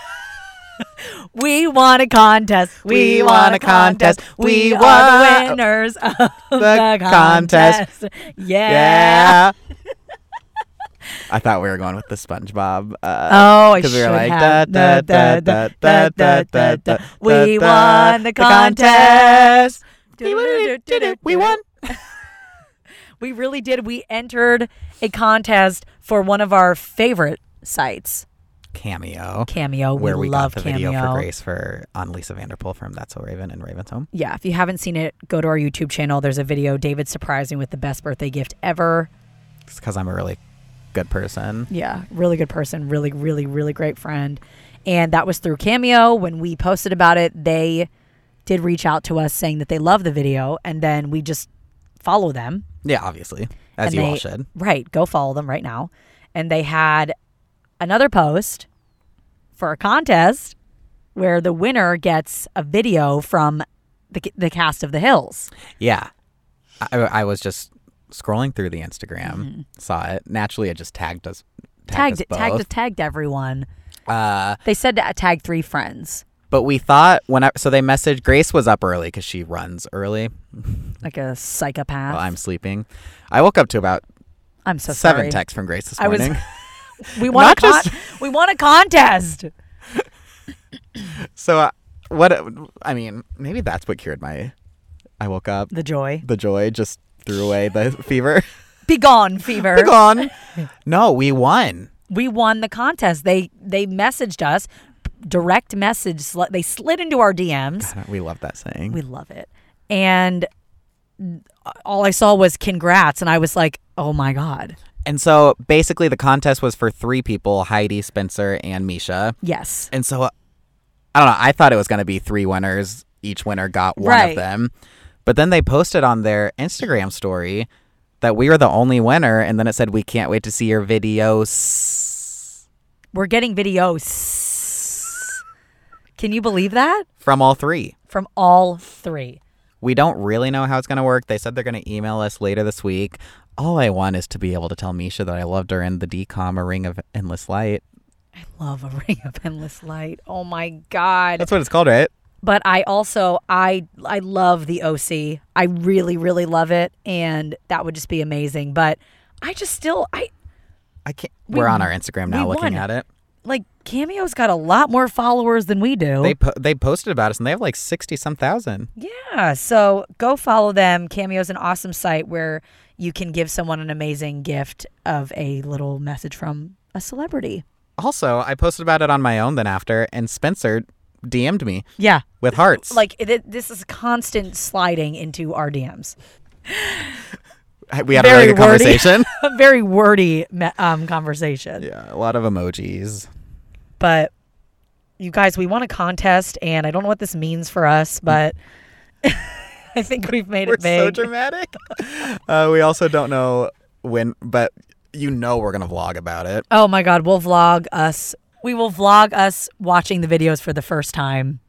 Speaker 1: We won a contest.
Speaker 2: We won a contest. We
Speaker 1: We are
Speaker 2: won-
Speaker 1: the winners of the,
Speaker 2: contest.
Speaker 1: contest. Yeah.
Speaker 2: Yeah. I thought we were going with the SpongeBob. Uh,
Speaker 1: Oh, I
Speaker 2: 'Cause
Speaker 1: should
Speaker 2: we were like,
Speaker 1: have.
Speaker 2: da, da, da, da, da, da, da,
Speaker 1: We
Speaker 2: da,
Speaker 1: won the
Speaker 2: the contest.
Speaker 1: contest.
Speaker 2: we won.
Speaker 1: We really did. We entered a contest for one of our favorite sites,
Speaker 2: Cameo.
Speaker 1: Cameo.
Speaker 2: Where
Speaker 1: we,
Speaker 2: we
Speaker 1: love
Speaker 2: got the
Speaker 1: Cameo.
Speaker 2: video for Grace for on Lisa Vanderpool from That's So Raven and Raven's Home.
Speaker 1: Yeah, if you haven't seen it, go to our YouTube channel. There's a video. David surprised me with the best birthday gift ever.
Speaker 2: It's because I'm a really good person.
Speaker 1: Yeah, really good person, really, really, really great friend. And that was through Cameo. When we posted about it, they did reach out to us saying that they love the video, and then we just follow them.
Speaker 2: Yeah, obviously, as
Speaker 1: and
Speaker 2: you
Speaker 1: they,
Speaker 2: all should.
Speaker 1: Right, go follow them right now. And they had another post for a contest where the winner gets a video from the, the cast of The Hills.
Speaker 2: Yeah, I, I was just scrolling through the Instagram, saw it. Naturally, it just tagged us. Tagged,
Speaker 1: Mm-hmm. Tagged,
Speaker 2: us
Speaker 1: tagged, tagged everyone.
Speaker 2: both. Uh,
Speaker 1: They said to tag three friends,
Speaker 2: But we thought when I, so they messaged Grace was up early because she runs early
Speaker 1: like a psychopath.
Speaker 2: while I'm sleeping. I woke up to about
Speaker 1: I'm so
Speaker 2: seven
Speaker 1: sorry.
Speaker 2: texts from Grace this
Speaker 1: I was-
Speaker 2: morning.
Speaker 1: We won a
Speaker 2: Not
Speaker 1: con-
Speaker 2: just-
Speaker 1: we won a contest.
Speaker 2: so uh, what? I mean, maybe that's what cured my. I woke up.
Speaker 1: The joy.
Speaker 2: The joy just threw away the fever.
Speaker 1: Begone fever.
Speaker 2: Be gone. No, we won.
Speaker 1: We won the contest. They they messaged us, direct message. Sl- they slid into our DMs.
Speaker 2: We love that saying.
Speaker 1: We love it. And all I saw was congrats, and I was like, oh my god,
Speaker 2: and so basically, the contest was for three people: Heidi, Spencer, and Misha.
Speaker 1: yes.
Speaker 2: And so, uh, I don't know. I thought it was going to be three winners. Each winner got one of
Speaker 1: Right.
Speaker 2: them. But then they posted on their Instagram story that we were the only winner. And then it said, We can't wait to see your videos
Speaker 1: We're getting videos. Can you believe that
Speaker 2: from all three.
Speaker 1: from all three?
Speaker 2: We don't really know how it's going to work. They said they're going to email us later this week. All I want is to be able to tell Misha that I loved her in the DCOM, A Ring of Endless Light.
Speaker 1: Love a ring of endless light. Oh my god.
Speaker 2: That's what it's called, right?
Speaker 1: but I also I I love the OC. I really really love it and that would just be amazing, but I just still I
Speaker 2: I can't. We, are on our Instagram now
Speaker 1: we
Speaker 2: looking
Speaker 1: won.
Speaker 2: at it.
Speaker 1: like Cameo's got a lot more followers than we do.
Speaker 2: They, po- they posted about us and they have like 60 some thousand.
Speaker 1: yeah, so go follow them. Cameo's an awesome site where you can give someone an amazing gift of a little message from a celebrity.
Speaker 2: Also, I posted about it on my own then after, and Spencer DM'd me
Speaker 1: Yeah.
Speaker 2: with hearts.
Speaker 1: Like it, it- this is constant sliding into our DMs.
Speaker 2: we had a
Speaker 1: very
Speaker 2: really good
Speaker 1: wordy.
Speaker 2: conversation.
Speaker 1: A very wordy me- um, conversation.
Speaker 2: yeah, a lot of emojis.
Speaker 1: but you guys, we won a contest, and I don't know what this means for us, but I think we've made
Speaker 2: We're
Speaker 1: it big.
Speaker 2: so dramatic. uh, we also don't know when, but you know we're gonna vlog about it.
Speaker 1: oh my God, we'll vlog us. We will vlog us watching the videos for the first time.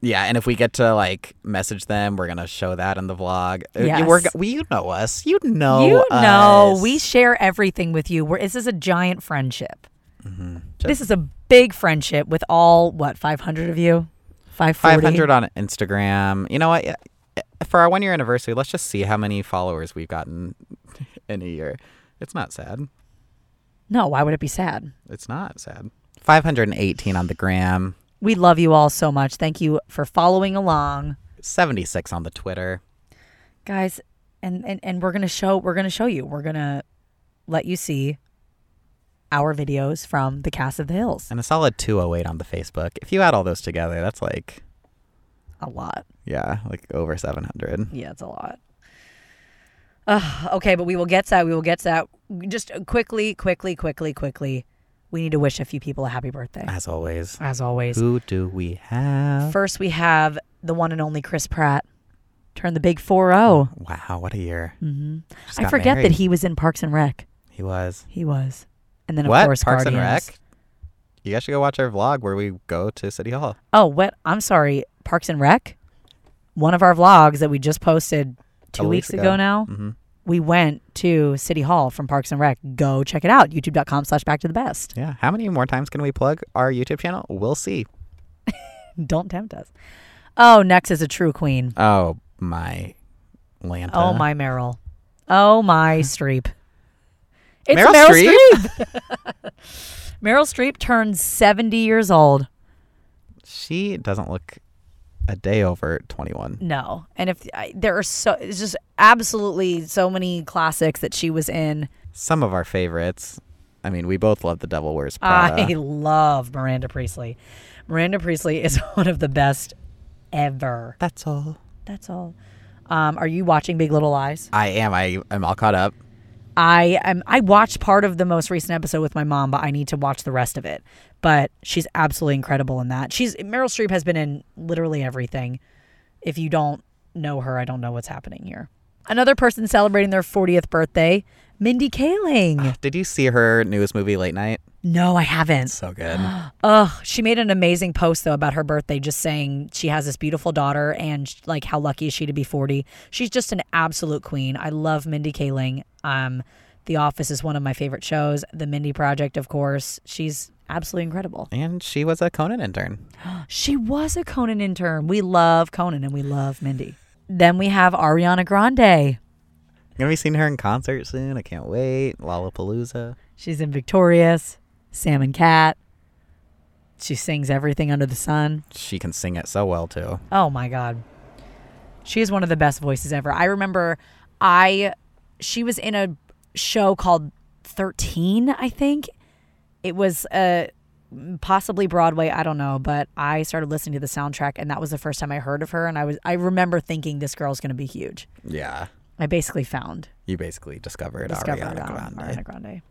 Speaker 2: Yeah, and if we get to like message them, we're gonna show that in the vlog. Uh, You, we're,
Speaker 1: Yes.
Speaker 2: we you know us. You know.
Speaker 1: you know,
Speaker 2: Oh, us.
Speaker 1: we share everything with you. We're, this is a giant friendship.
Speaker 2: Mm-hmm.
Speaker 1: This is a big friendship with all what five hundred of you, five
Speaker 2: five
Speaker 1: forty.
Speaker 2: hundred on Instagram. You know what? Yeah, For our one year anniversary, let's just see how many followers we've gotten in a year. It's not sad.
Speaker 1: No, why would it be sad?
Speaker 2: It's not sad. Five hundred and eighteen on the gram.
Speaker 1: We love you all so much. Thank you for following along,
Speaker 2: Seventy six on the Twitter.
Speaker 1: guys. And and, and we're gonna show we're gonna show you. We're gonna let you see our videos from the cast of the hills.
Speaker 2: And a solid two oh eight on the Facebook. If you add all those together, that's like
Speaker 1: A lot.
Speaker 2: yeah, like over seven hundred.
Speaker 1: Yeah, it's a lot. Ugh, okay, but we will get to that. We will get to that. Just quickly, quickly, quickly, quickly. We need to wish a few people a happy birthday,
Speaker 2: As always.
Speaker 1: as always.
Speaker 2: Who do we have?
Speaker 1: First, we have the one and only Chris Pratt. Turn the big 4 0.
Speaker 2: Wow, what a year.
Speaker 1: Mhm.
Speaker 2: Just
Speaker 1: I
Speaker 2: got
Speaker 1: forget
Speaker 2: married.
Speaker 1: that he was in Parks and Rec.
Speaker 2: He was.
Speaker 1: He was. And then, of
Speaker 2: What?
Speaker 1: course,
Speaker 2: Parks
Speaker 1: Guardians.
Speaker 2: and Rec? You guys should go watch our vlog where we go to City Hall.
Speaker 1: Oh, what? I'm sorry. Parks and Rec? One of our vlogs that we just posted two
Speaker 2: Couple
Speaker 1: weeks
Speaker 2: weeks
Speaker 1: ago,
Speaker 2: ago.
Speaker 1: now,
Speaker 2: Mm-hmm.
Speaker 1: we went to City Hall from Parks and Rec. Go check it out. YouTube.com slash back to the best.
Speaker 2: Yeah. How many more times can we plug our YouTube channel? We'll see.
Speaker 1: Don't tempt us. Oh, Nex is a true queen.
Speaker 2: Oh my Lanta.
Speaker 1: Oh my Meryl. Oh my Streep. It's
Speaker 2: Meryl
Speaker 1: Meryl, Streep. Meryl Streep turned 70 years old.
Speaker 2: She doesn't look a day over twenty one.
Speaker 1: No. And if I, there are so it's just absolutely so many classics that she was in.
Speaker 2: Some of our favorites. I mean, we both love the Devil Wears Prada.
Speaker 1: I love Miranda Priestley. Miranda Priestley is one of the best ever.
Speaker 2: That's all.
Speaker 1: That's all. Um, are you watching Big Little Lies?
Speaker 2: I am. I am all caught up.
Speaker 1: I am. I watched part of the most recent episode with my mom, but I need to watch the rest of it. But she's absolutely incredible in that. She's Meryl Streep has been in literally everything. If you don't know her, I don't know what's happening here. Another person celebrating their 40th birthday, Mindy Kaling.
Speaker 2: Did you see her newest movie, Late Night?
Speaker 1: No, I haven't.
Speaker 2: So good.
Speaker 1: Ugh, she made an amazing post though about her birthday, just saying she has this beautiful daughter and sh- like how lucky is she to be 40. She's just an absolute queen. I love Mindy Kaling. Um, The Office is one of my favorite shows. The Mindy Project, of course. She's absolutely incredible.
Speaker 2: and she was a Conan intern.
Speaker 1: She was a Conan intern. We love Conan and we love Mindy. Then we have Ariana Grande.
Speaker 2: Gonna be seeing her in concert soon. I can't wait. Lollapalooza.
Speaker 1: She's in Victorious, Sam and Cat. She sings everything under the sun.
Speaker 2: She can sing it so well too.
Speaker 1: Oh my god. She is one of the best voices ever. I remember I she was in a show called 13, I think. It was uh possibly Broadway, I don't know, but I started listening to the soundtrack and that was the first time I heard of her and I was I remember thinking this girl's going to be huge.
Speaker 2: Yeah.
Speaker 1: I basically found
Speaker 2: You basically discovered,
Speaker 1: discovered
Speaker 2: Ariana
Speaker 1: Ariana
Speaker 2: Grande.
Speaker 1: Ariana Grande.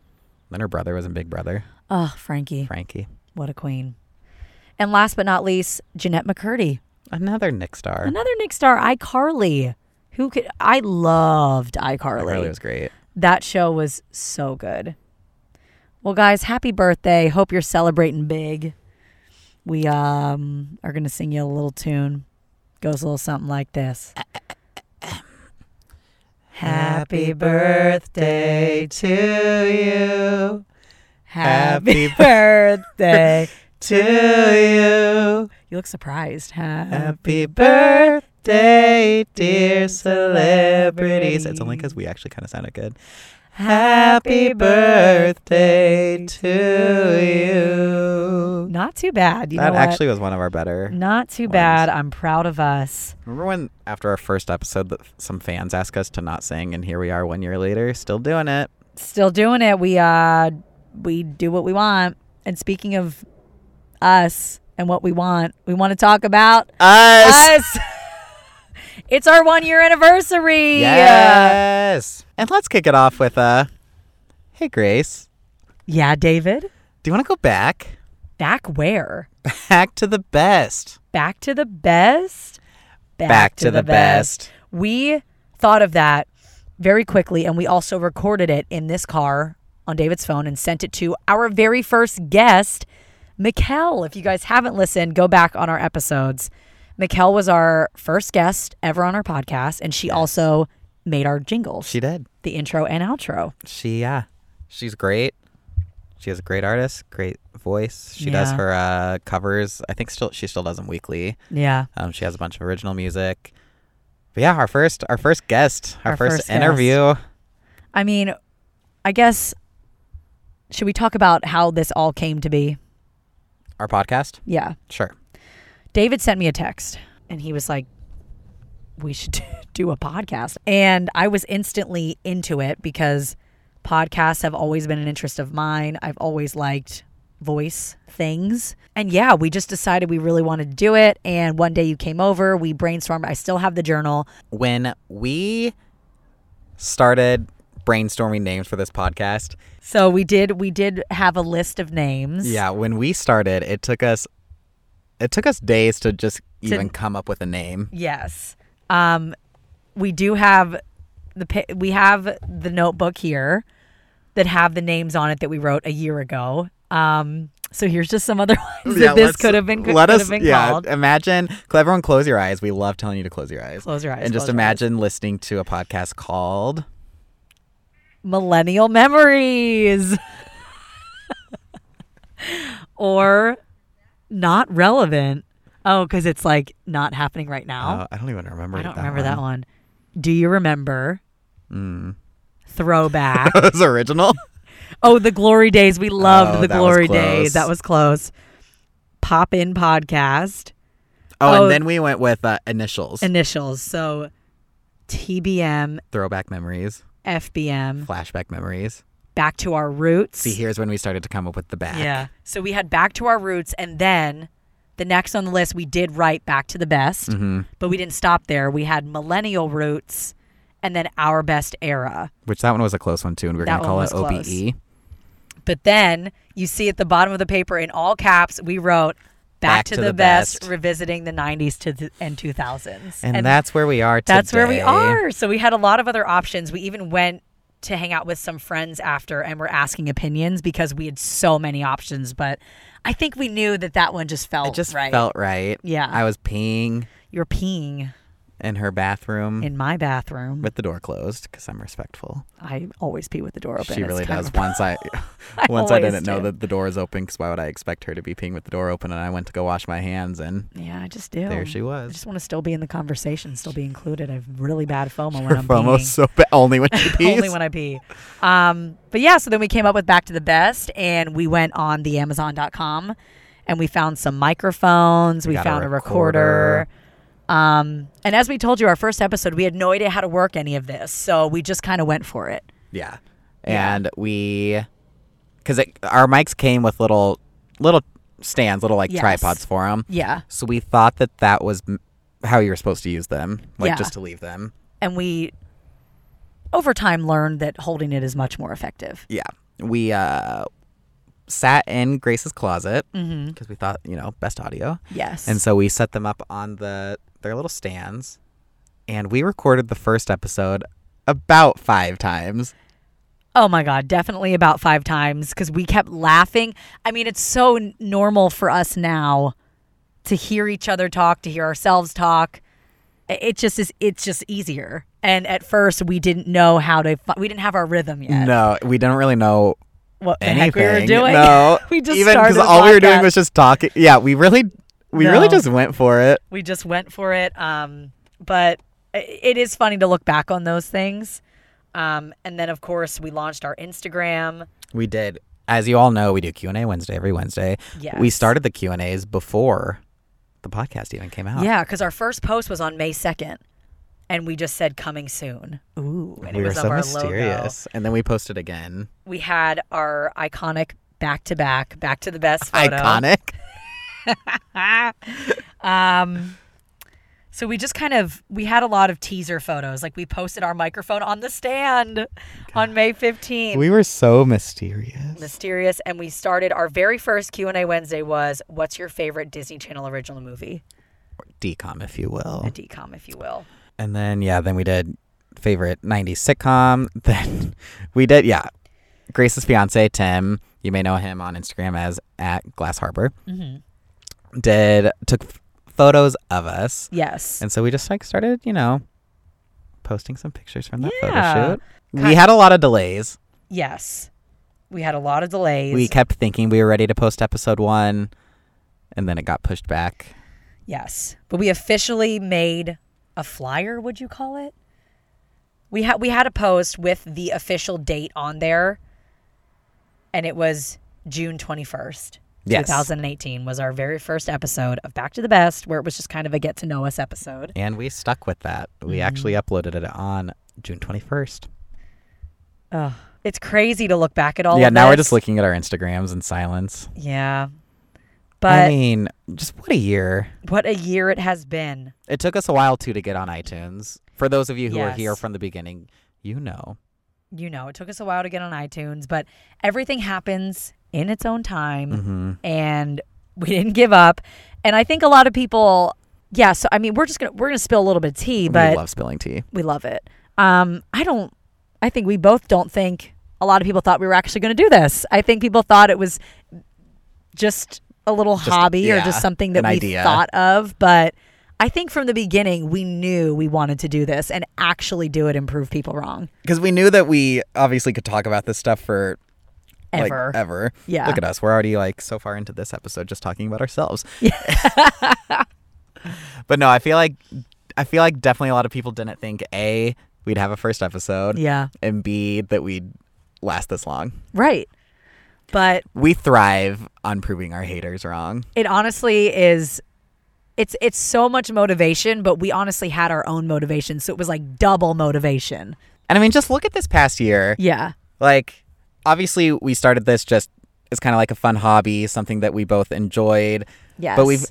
Speaker 2: Then her brother was in Big Brother,
Speaker 1: Oh, Frankie,
Speaker 2: Frankie.
Speaker 1: what a queen. And last but not least, Jeanette McCurdy.
Speaker 2: Another Nick star.
Speaker 1: Another Nick star, iCarly. Who could I loved iCarly.
Speaker 2: Really was great.
Speaker 1: That show was so good. Well, guys, happy birthday. Hope you're celebrating big. We um are gonna sing you a little tune. Goes a little something like this. Happy birthday to you. Happy birthday to you. You look surprised. Happy
Speaker 2: birthday, dear celebrities. It's only because we actually kind of sounded good. Happy birthday to you.
Speaker 1: Not too bad. You know
Speaker 2: That
Speaker 1: what?
Speaker 2: actually was one of our better.
Speaker 1: Not too bad. I'm proud of us.
Speaker 2: Remember when after our first episode that some fans asked us to not sing and here we are one year later still doing it.
Speaker 1: Still doing it. We uh we do what we want. And speaking of us and what we want, we want to talk about
Speaker 2: Us.
Speaker 1: us. it's our 1 year anniversary.
Speaker 2: Yes. And let's kick it off with uh Hey Grace,
Speaker 1: Yeah, David.
Speaker 2: do you want to go back?
Speaker 1: Back where?
Speaker 2: Back to the best.
Speaker 1: Back to the best.
Speaker 2: Back to the best.
Speaker 1: We thought of that very quickly, and we also recorded it in this car on David's phone and sent it to our very first guest, Mikkel. If you guys haven't listened, go back on our episodes Mikkel was our first guest ever on our podcast, and she also made our jingles,
Speaker 2: She did.
Speaker 1: the intro and outro.
Speaker 2: She yeah. She's great. She has a great artist, great voice. She does
Speaker 1: Yeah.
Speaker 2: her uh, covers. I think still she still does them weekly.
Speaker 1: Yeah.
Speaker 2: Um, she has a bunch of original music. But yeah, our first our first guest, our,
Speaker 1: Our
Speaker 2: first,
Speaker 1: first guest.
Speaker 2: interview.
Speaker 1: I mean, I guess should we talk about how this all came to be?
Speaker 2: Our podcast?
Speaker 1: Yeah.
Speaker 2: Sure.
Speaker 1: David sent me a text and he was like, we should do a podcast. And I was instantly into it because podcasts have always been an interest of mine. I've always liked voice things. And yeah, we just decided we really wanted to do it. And one day you came over, we brainstormed. I still have the journal.
Speaker 2: When we started brainstorming names for this podcast,
Speaker 1: So we did we did have a list of names.
Speaker 2: yeah, when we started, it took us it took us days to just even come up with a name.
Speaker 1: Yes. Um, we do have the pi- we have the notebook here that have the names on it that we wrote a year ago. Um, so here's just some other ones that this
Speaker 2: let's-
Speaker 1: could have been could,
Speaker 2: let
Speaker 1: could
Speaker 2: us
Speaker 1: have been
Speaker 2: yeah
Speaker 1: called.
Speaker 2: imagine could everyone close your eyes we love telling you to close your eyes
Speaker 1: Close your eyes,
Speaker 2: and just
Speaker 1: close your eyes.
Speaker 2: imagine listening to a podcast called
Speaker 1: Millennial memories. or not relevant. Oh, because it's like not happening right now.
Speaker 2: uh, I don't even remember
Speaker 1: Oh. I don't remember that one. Do you remember?
Speaker 2: Mm.
Speaker 1: Throwback.
Speaker 2: that was original
Speaker 1: Oh, the glory days. We loved
Speaker 2: Oh,
Speaker 1: the
Speaker 2: that was
Speaker 1: glory
Speaker 2: close.
Speaker 1: days. That was close. Pop in podcast Oh.
Speaker 2: oh, and then we went with uh, initials
Speaker 1: initials. So TBM,
Speaker 2: throwback memories
Speaker 1: FBM,
Speaker 2: flashback memories
Speaker 1: back to our roots.
Speaker 2: see here's when we started to come up with the back
Speaker 1: Yeah. So we had back to our roots and then the next on the list we did write back to the best,
Speaker 2: Mm-hmm.
Speaker 1: but we didn't stop there. We had millennial roots and then our best era.
Speaker 2: which that one was a close one too and we are
Speaker 1: That
Speaker 2: gonna
Speaker 1: one
Speaker 2: call
Speaker 1: was
Speaker 2: it E. obe
Speaker 1: close. But then you see at the bottom of the paper in all caps, we wrote back, to, the, best, revisiting the 90s to the, and 2000s.
Speaker 2: and, that's where we are today.
Speaker 1: that's where we are. So we had a lot of other options. We even went to hang out with some friends after and we're asking opinions because we had so many options. But I think we knew that that one just felt
Speaker 2: it just
Speaker 1: right.
Speaker 2: felt right
Speaker 1: Yeah.
Speaker 2: i was peeing
Speaker 1: You're peeing
Speaker 2: in her bathroom
Speaker 1: in my bathroom.
Speaker 2: Mm. with the door closed because i'm respectful
Speaker 1: I always pee with the door open.
Speaker 2: She
Speaker 1: It's
Speaker 2: really
Speaker 1: kind
Speaker 2: does.
Speaker 1: of-
Speaker 2: Once I, once I
Speaker 1: always
Speaker 2: didn't know
Speaker 1: do.
Speaker 2: that the door is open, because why would I expect her to be peeing with the door open? And I went to go wash my hands, and
Speaker 1: yeah, I just do.
Speaker 2: there she
Speaker 1: I
Speaker 2: was.
Speaker 1: just want to still be in the conversation, still be included. I have really bad FOMO when
Speaker 2: Her
Speaker 1: I'm
Speaker 2: FOMO's
Speaker 1: peeing.
Speaker 2: so bad. Only when she pees.
Speaker 1: Only when I pee. Um, but yeah, so then we came up with Back to the Best and we went on the Amazon.com and we found some microphones. We,
Speaker 2: got a
Speaker 1: found a recorder.
Speaker 2: recorder.
Speaker 1: Um, and as we told you, our first episode, we had no idea how to work any of this. So we just kind of went for it.
Speaker 2: yeah, and we, because our mics came with little, little stands, little like
Speaker 1: Yes.
Speaker 2: tripods for them.
Speaker 1: Yeah.
Speaker 2: So we thought that that was m- how you were supposed to use them, like
Speaker 1: Yeah.
Speaker 2: just to leave them.
Speaker 1: And we, over time, learned that holding it is much more effective.
Speaker 2: Yeah, we uh, sat in Grace's closet because
Speaker 1: Mm-hmm.
Speaker 2: we thought, you know, best audio.
Speaker 1: Yes.
Speaker 2: And so we set them up on the their little stands and we recorded the first episode about 5 times.
Speaker 1: Oh my God, definitely about five times because we kept laughing. I mean, it's so n- normal for us now to hear each other talk, to hear ourselves talk. I- It just is, it's just easier. And at first, we didn't know how to, fi- we didn't have our rhythm yet.
Speaker 2: No, we didn't really know
Speaker 1: what the heck
Speaker 2: anything.
Speaker 1: we were doing.
Speaker 2: No.
Speaker 1: we just
Speaker 2: even
Speaker 1: started. the
Speaker 2: all we were
Speaker 1: podcast.
Speaker 2: doing was just talking. Yeah, we really we really
Speaker 1: No.
Speaker 2: just went for it.
Speaker 1: we just went for it. Um, but i- it is funny to look back on those things. Um, and then, of course, we launched our Instagram.
Speaker 2: We did. As you all know, we do Q&A Wednesday every Wednesday. We
Speaker 1: Yes.
Speaker 2: started the Q&As before the podcast even came out.
Speaker 1: Yeah, because our first post was on May 2nd, and we just said coming soon. Ooh, and it
Speaker 2: we were
Speaker 1: was of
Speaker 2: so
Speaker 1: our logo.
Speaker 2: mysterious. And then we posted again.
Speaker 1: We had our iconic back to back, back to the best photo.
Speaker 2: Iconic.
Speaker 1: Um, so we just kind of we had a lot of teaser photos. Like we posted our microphone on the stand on May 15th.
Speaker 2: We were so mysterious.
Speaker 1: Mysterious, and we started our very first Q and A Wednesday was "What's your favorite Disney Channel original movie?"
Speaker 2: Decom if you will.
Speaker 1: A decom, if you will.
Speaker 2: And then yeah, then we did favorite 90s sitcom. Then we did yeah, Grace's fiance Tim. Mm-hmm. You may know him on Instagram as at Glass Harbor. Did took f- photos of us.
Speaker 1: Yes.
Speaker 2: And so we just like started, you know, posting some pictures from that
Speaker 1: Yeah.
Speaker 2: photo shoot. We had a lot of delays.
Speaker 1: yes. We had a lot of delays.
Speaker 2: We kept thinking we were ready to post episode one, and then it got pushed back.
Speaker 1: Yes, but we officially made a flyer. Would you call it? We had we had a post with the official date on there, and it was June twenty first.
Speaker 2: Yes.
Speaker 1: 2018 was our very first episode of Back to the Best, where it was just kind of a get to know us episode.
Speaker 2: And we stuck with that. We actually uploaded it on June 21st.
Speaker 1: Ugh. It's crazy to look back at all.
Speaker 2: yeah,
Speaker 1: of
Speaker 2: now we're
Speaker 1: this.
Speaker 2: just looking at our Instagrams in silence.
Speaker 1: Yeah, but
Speaker 2: I mean, just what a year.
Speaker 1: what a year it has been.
Speaker 2: It took us a while too to get on iTunes. For those of you who
Speaker 1: Yes.
Speaker 2: are here from the beginning, you know.
Speaker 1: You know, it took us a while to get on iTunes, but everything happens in its own time.
Speaker 2: Mm-hmm.
Speaker 1: and we didn't give up. And I think a lot of people, yeah. So I mean, we're just gonna we're gonna spill a little bit of tea, but
Speaker 2: we love spilling tea.
Speaker 1: it. Um, I don't. I think we both don't think a lot of people thought we were actually gonna do this. I think people thought it was just a little hobby or
Speaker 2: yeah,
Speaker 1: just something that
Speaker 2: an
Speaker 1: we
Speaker 2: idea.
Speaker 1: thought of, but. I think from the beginning we knew we wanted to do this and actually do it and prove people wrong.
Speaker 2: Because we knew that we obviously could talk about this stuff for
Speaker 1: Ever.
Speaker 2: like ever.
Speaker 1: Yeah.
Speaker 2: Look at us. We're already like so far into this episode just talking about ourselves. but no, I feel like I feel like definitely a lot of people didn't think A, we'd have a first episode
Speaker 1: yeah.
Speaker 2: and B that we'd last this long.
Speaker 1: Right. But
Speaker 2: We thrive on proving our haters wrong.
Speaker 1: it honestly is it's it's so much motivation but we honestly had our own motivation so it was like double motivation
Speaker 2: And I mean just look at this past year.
Speaker 1: yeah
Speaker 2: Like, obviously, we started this just as kind of like a fun hobby, something that we both enjoyed.
Speaker 1: Yes.
Speaker 2: But we've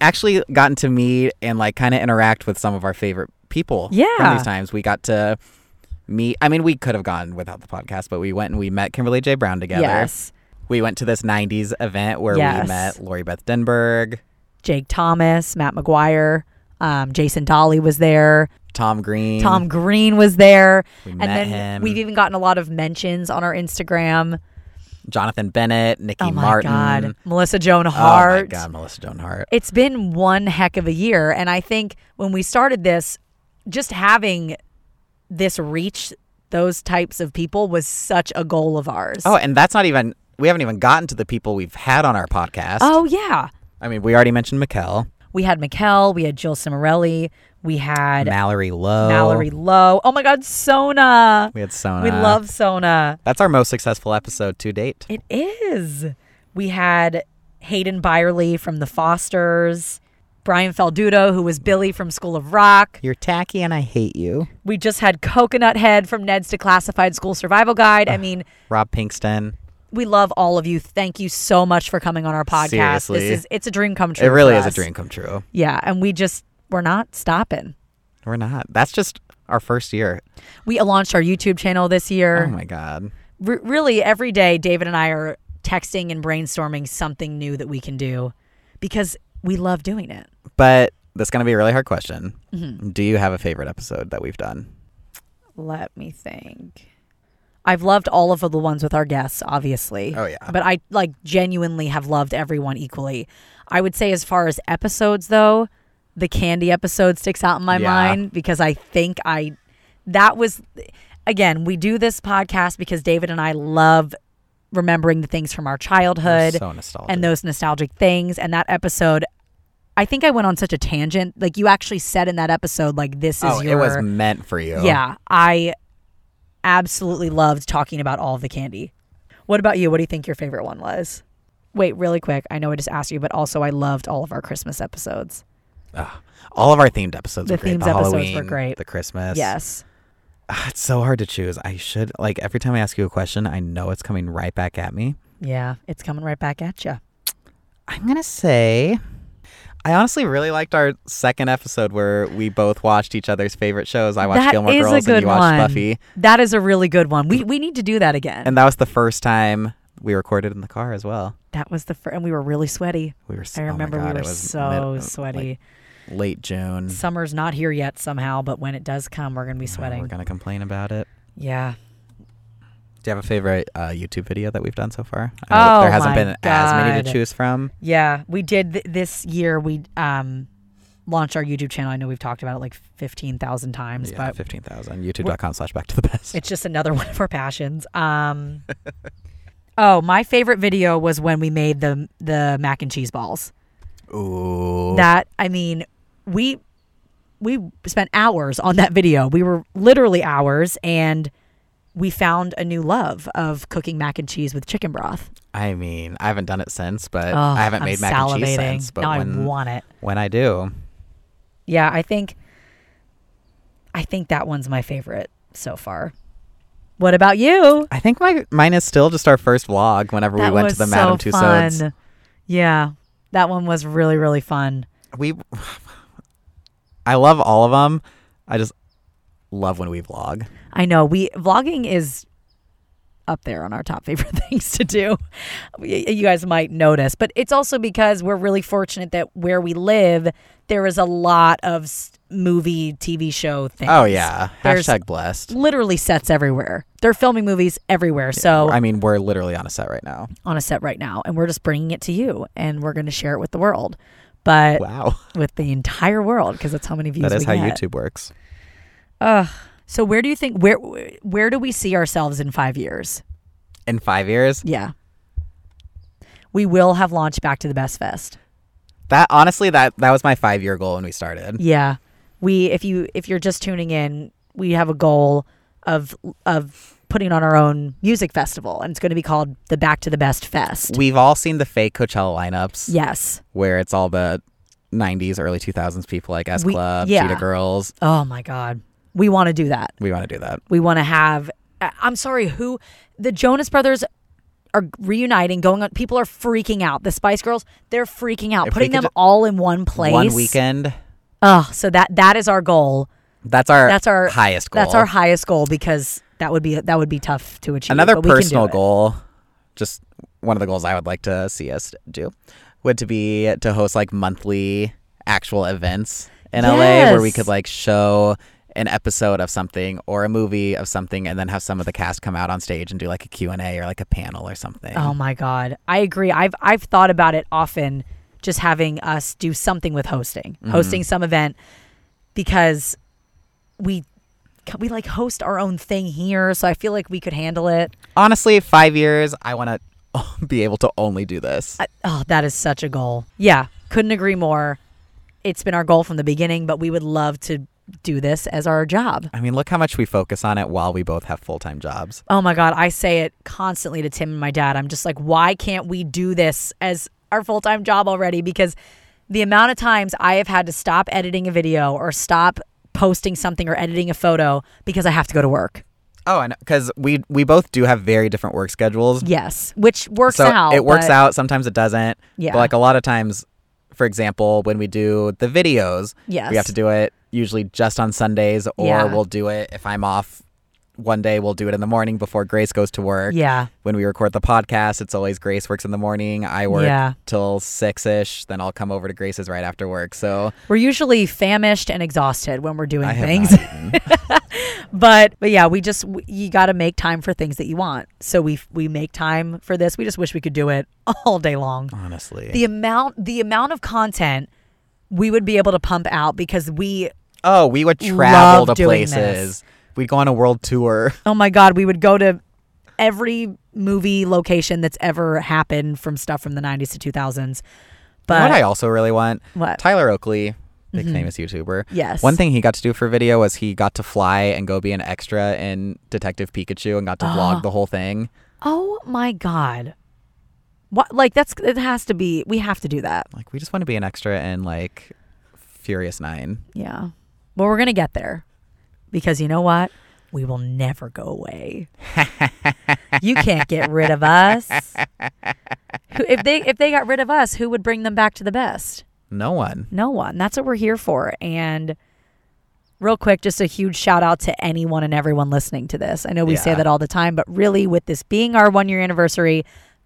Speaker 2: actually gotten to meet and like kind of interact with some of our favorite people.
Speaker 1: Yeah.
Speaker 2: From these times, we got to meet. I mean, we could have gone without the podcast, but we went and we met Kimberly J. Brown together.
Speaker 1: yes
Speaker 2: We went to this '90s event where
Speaker 1: Yes.
Speaker 2: we met Lori Beth Denberg,
Speaker 1: jake thomas matt mcguire um, jason dolly was there
Speaker 2: Tom Green.
Speaker 1: tom green was there
Speaker 2: Mm. We
Speaker 1: and
Speaker 2: met
Speaker 1: then
Speaker 2: him.
Speaker 1: we've even gotten a lot of mentions on our instagram
Speaker 2: Jonathan Bennett, Nikki
Speaker 1: oh my
Speaker 2: Martin.
Speaker 1: god melissa joan
Speaker 2: Oh my
Speaker 1: hart
Speaker 2: God, Melissa Joan Hart.
Speaker 1: it's been one heck of a year. And I think when we started this, just having this reach those types of people was such a goal of ours.
Speaker 2: Oh, and that's not even. We haven't even gotten to the people we've had on our podcast.
Speaker 1: Oh, yeah.
Speaker 2: I mean, we already mentioned Mikkel,
Speaker 1: We had Mikkel, we had Jill Cimarelli, we had
Speaker 2: Mallory Lowe,
Speaker 1: Mallory Lowe. Oh my God, Sona.
Speaker 2: We had Sona.
Speaker 1: We love Sona.
Speaker 2: That's our most successful episode to date.
Speaker 1: It is. We had Hayden Byerly from The Fosters, Brian Faldudo, who was Billy from School of Rock.
Speaker 2: You're tacky and I hate you.
Speaker 1: We just had Coconut Head from Ned's Declassified School Survival Guide. I mean,
Speaker 2: Rob Pinkston.
Speaker 1: we love all of you. Thank you so much for coming on our podcast.
Speaker 2: Seriously.
Speaker 1: This is it's a dream come true.
Speaker 2: it really
Speaker 1: for
Speaker 2: is a
Speaker 1: us.
Speaker 2: dream come true.
Speaker 1: Yeah, and we just we're not stopping.
Speaker 2: We're not. That's just our first year.
Speaker 1: We launched our YouTube channel this
Speaker 2: Oh
Speaker 1: year.
Speaker 2: my god.
Speaker 1: R- really, every day David and I are texting and brainstorming something new that we can do because we love doing it.
Speaker 2: But that's gonna be a really hard question.
Speaker 1: Mm-hmm.
Speaker 2: Do you have a favorite episode that we've done?
Speaker 1: Let me think. I've loved all of the ones with our guests, obviously.
Speaker 2: Oh, yeah.
Speaker 1: But I like genuinely have loved everyone equally. I would say as far as episodes though, the candy episode sticks out in my
Speaker 2: Yeah.
Speaker 1: mind because I think I that was again, we do this podcast because David and I love remembering the things from our childhood
Speaker 2: So nostalgic.
Speaker 1: and those nostalgic things and that episode I think I went on such a tangent. Like you actually said in that episode, like this is
Speaker 2: oh,
Speaker 1: your
Speaker 2: it was meant for you.
Speaker 1: yeah, I absolutely loved talking about all of the candy. What about you? What do you think your favorite one was? Wait, really quick. I know I just asked you, but also I loved all of our Christmas episodes.
Speaker 2: Ugh. All of our themed episodes
Speaker 1: The
Speaker 2: were great.
Speaker 1: themed
Speaker 2: the
Speaker 1: episodes were
Speaker 2: Halloween,
Speaker 1: great.
Speaker 2: The Christmas.
Speaker 1: Yes.
Speaker 2: Ah, it's so hard to choose. I should like every time I ask you a question, I know it's coming right back at me.
Speaker 1: Yeah, it's coming right back at you.
Speaker 2: I'm gonna say, I honestly really liked our second episode where we both watched each other's favorite shows. I watched
Speaker 1: That
Speaker 2: Gilmore
Speaker 1: is a
Speaker 2: Girls
Speaker 1: good
Speaker 2: and you watched
Speaker 1: one.
Speaker 2: Buffy,
Speaker 1: That is a really good one. We we need to do that again.
Speaker 2: and that was the first time we recorded in the car as well.
Speaker 1: that was the first, and we were really sweaty.
Speaker 2: We were. s-
Speaker 1: I
Speaker 2: oh my
Speaker 1: remember
Speaker 2: God,
Speaker 1: we
Speaker 2: it
Speaker 1: were
Speaker 2: was
Speaker 1: so
Speaker 2: mid- uh,
Speaker 1: sweaty.
Speaker 2: like, late June.
Speaker 1: Summer's not here yet somehow, but when it does come, we're gonna be
Speaker 2: Oh,
Speaker 1: sweating.
Speaker 2: We're gonna complain about it.
Speaker 1: yeah.
Speaker 2: Do you have a favorite uh, YouTube video that we've done so far? I know that
Speaker 1: Oh
Speaker 2: there hasn't
Speaker 1: my
Speaker 2: been as many to
Speaker 1: God.
Speaker 2: choose from.
Speaker 1: Yeah, we did th- this year. We um launched our YouTube channel. I know we've talked about it like 15,000 times,
Speaker 2: Yeah,
Speaker 1: but
Speaker 2: 15,000. YouTube.com slash back to the best.
Speaker 1: it's just another one of our passions. Um, oh, my favorite video was when we made the the mac and cheese balls.
Speaker 2: Ooh.
Speaker 1: That I mean, we we spent hours on that video. We were literally hours, and we found a new love of cooking mac and cheese with chicken broth.
Speaker 2: I mean, I haven't done it since, but
Speaker 1: Ugh,
Speaker 2: I haven't
Speaker 1: I'm
Speaker 2: made mac and cheese
Speaker 1: salivating.
Speaker 2: since. But
Speaker 1: now I
Speaker 2: when,
Speaker 1: want it.
Speaker 2: when I do,
Speaker 1: Yeah, I think I think that one's my favorite so far. What about you?
Speaker 2: I think my mine is still just our first vlog whenever we went to the Madame Tussauds.
Speaker 1: fun. Yeah, that one was really really fun.
Speaker 2: We I love all of them. I just love when we vlog.
Speaker 1: I know we vlogging is up there on our top favorite things to do. Y- You guys might notice, but it's also because we're really fortunate that where we live there is a lot of s- movie, TV show things.
Speaker 2: Oh yeah.
Speaker 1: There's
Speaker 2: Hashtag blessed.
Speaker 1: literally sets everywhere. They're filming movies everywhere. So
Speaker 2: I mean, we're literally on a set right now.
Speaker 1: on a set right now and we're just bringing it to you and we're going to share it with the world but
Speaker 2: Wow.
Speaker 1: with the entire world because that's how many views
Speaker 2: That is
Speaker 1: we
Speaker 2: how
Speaker 1: get.
Speaker 2: YouTube works.
Speaker 1: Ugh. so where do you think where where do we see ourselves in five years
Speaker 2: In five years,
Speaker 1: yeah we will have launched back to the best fest
Speaker 2: that honestly, that that was my five year goal when we started.
Speaker 1: yeah we if you if you're just tuning in we have a goal of of putting on our own music festival and it's going to be called the back to the best fest
Speaker 2: We've all seen the fake Coachella lineups.
Speaker 1: yes
Speaker 2: where it's all the 90s, early 2000s people like S
Speaker 1: We-
Speaker 2: Club,
Speaker 1: yeah.
Speaker 2: Cheetah Girls.
Speaker 1: oh my god we want to do that
Speaker 2: We want to do that.
Speaker 1: We want to have. I- I'm sorry, who? The Jonas Brothers are reuniting, going on. People are freaking out. The Spice Girls, they're freaking out,
Speaker 2: If we
Speaker 1: putting
Speaker 2: could
Speaker 1: them
Speaker 2: ju-
Speaker 1: all in one place.
Speaker 2: One weekend.
Speaker 1: Oh, so that that is our goal.
Speaker 2: That's our
Speaker 1: That's our
Speaker 2: highest goal.
Speaker 1: That's our highest goal because that would be that would be tough to achieve.
Speaker 2: Another
Speaker 1: but we can do
Speaker 2: personal
Speaker 1: it.
Speaker 2: goal, just one of the goals I would like to see us do, would to be to host like monthly actual events in LA where we
Speaker 1: Yes.
Speaker 2: could like show an episode of something or a movie of something and then have some of the cast come out on stage and do like a Q&A or like a panel or something.
Speaker 1: Oh my god, I agree. I've I've thought about it often, just having us do something with hosting,
Speaker 2: Mm-hmm.
Speaker 1: hosting some event, because we we like host our own thing here, so I feel like we could handle it.
Speaker 2: Honestly, 5 years I want to be able to only do this.
Speaker 1: I, oh, that is such a goal. Yeah, couldn't agree more. It's been our goal from the beginning, but we would love to do this as our job.
Speaker 2: I mean, look how much we focus on it while we both have full time jobs.
Speaker 1: Oh my God, I say it constantly to Tim and my dad. I'm just like, why can't we do this as our full time job already? Because the amount of times I have had to stop editing a video or stop posting something or editing a photo because I have to go to work.
Speaker 2: Oh, I know, because we we both do have very different work schedules.
Speaker 1: Yes, which works
Speaker 2: so
Speaker 1: out.
Speaker 2: it works
Speaker 1: but-
Speaker 2: out. Sometimes it doesn't.
Speaker 1: Yeah.
Speaker 2: But like a lot of times, for example, when we do the videos,
Speaker 1: Yes.
Speaker 2: we have to do it usually just on Sundays, or
Speaker 1: Yeah.
Speaker 2: we'll do it if I'm off. One day we'll do it in the morning before Grace goes to work.
Speaker 1: Yeah.
Speaker 2: When we record the podcast, it's always Grace works in the morning. I work
Speaker 1: Yeah.
Speaker 2: till six ish. Then I'll come over to Grace's right after work. So
Speaker 1: We're usually famished and exhausted when we're doing
Speaker 2: I have
Speaker 1: things.
Speaker 2: not eaten.
Speaker 1: but but yeah, we just w- you got to make time for things that you want. So we we make time for this. We just wish we could do it all day long.
Speaker 2: honestly.
Speaker 1: The amount the amount of content we would be able to pump out because we
Speaker 2: Oh, we would travel to
Speaker 1: Love doing this.
Speaker 2: places. We'd go on a world tour.
Speaker 1: oh my god, we would go to every movie location that's ever happened from stuff from the 90s to 2000s.
Speaker 2: But what
Speaker 1: But Mm-hmm.
Speaker 2: I also really want
Speaker 1: What?
Speaker 2: Tyler Oakley, big famous YouTuber.
Speaker 1: Yes.
Speaker 2: One thing he got to do for video was he got to fly and go be an extra in Detective Pikachu and got to vlog
Speaker 1: Ah.
Speaker 2: the whole thing.
Speaker 1: oh my god. What like that's it has to be we have to do that.
Speaker 2: Like we just want to be an extra in like Furious Nine.
Speaker 1: Yeah. Well, we're going to get there because you know what? We will never go away. you can't get rid of us. Who- If they if they got rid of us, who would bring them back to the best?
Speaker 2: No one.
Speaker 1: No one. That's what we're here for. And real quick, just a huge shout out to anyone and everyone listening to this. I know we say
Speaker 2: Yeah.
Speaker 1: that all the time, but really with this being our 1 year anniversary,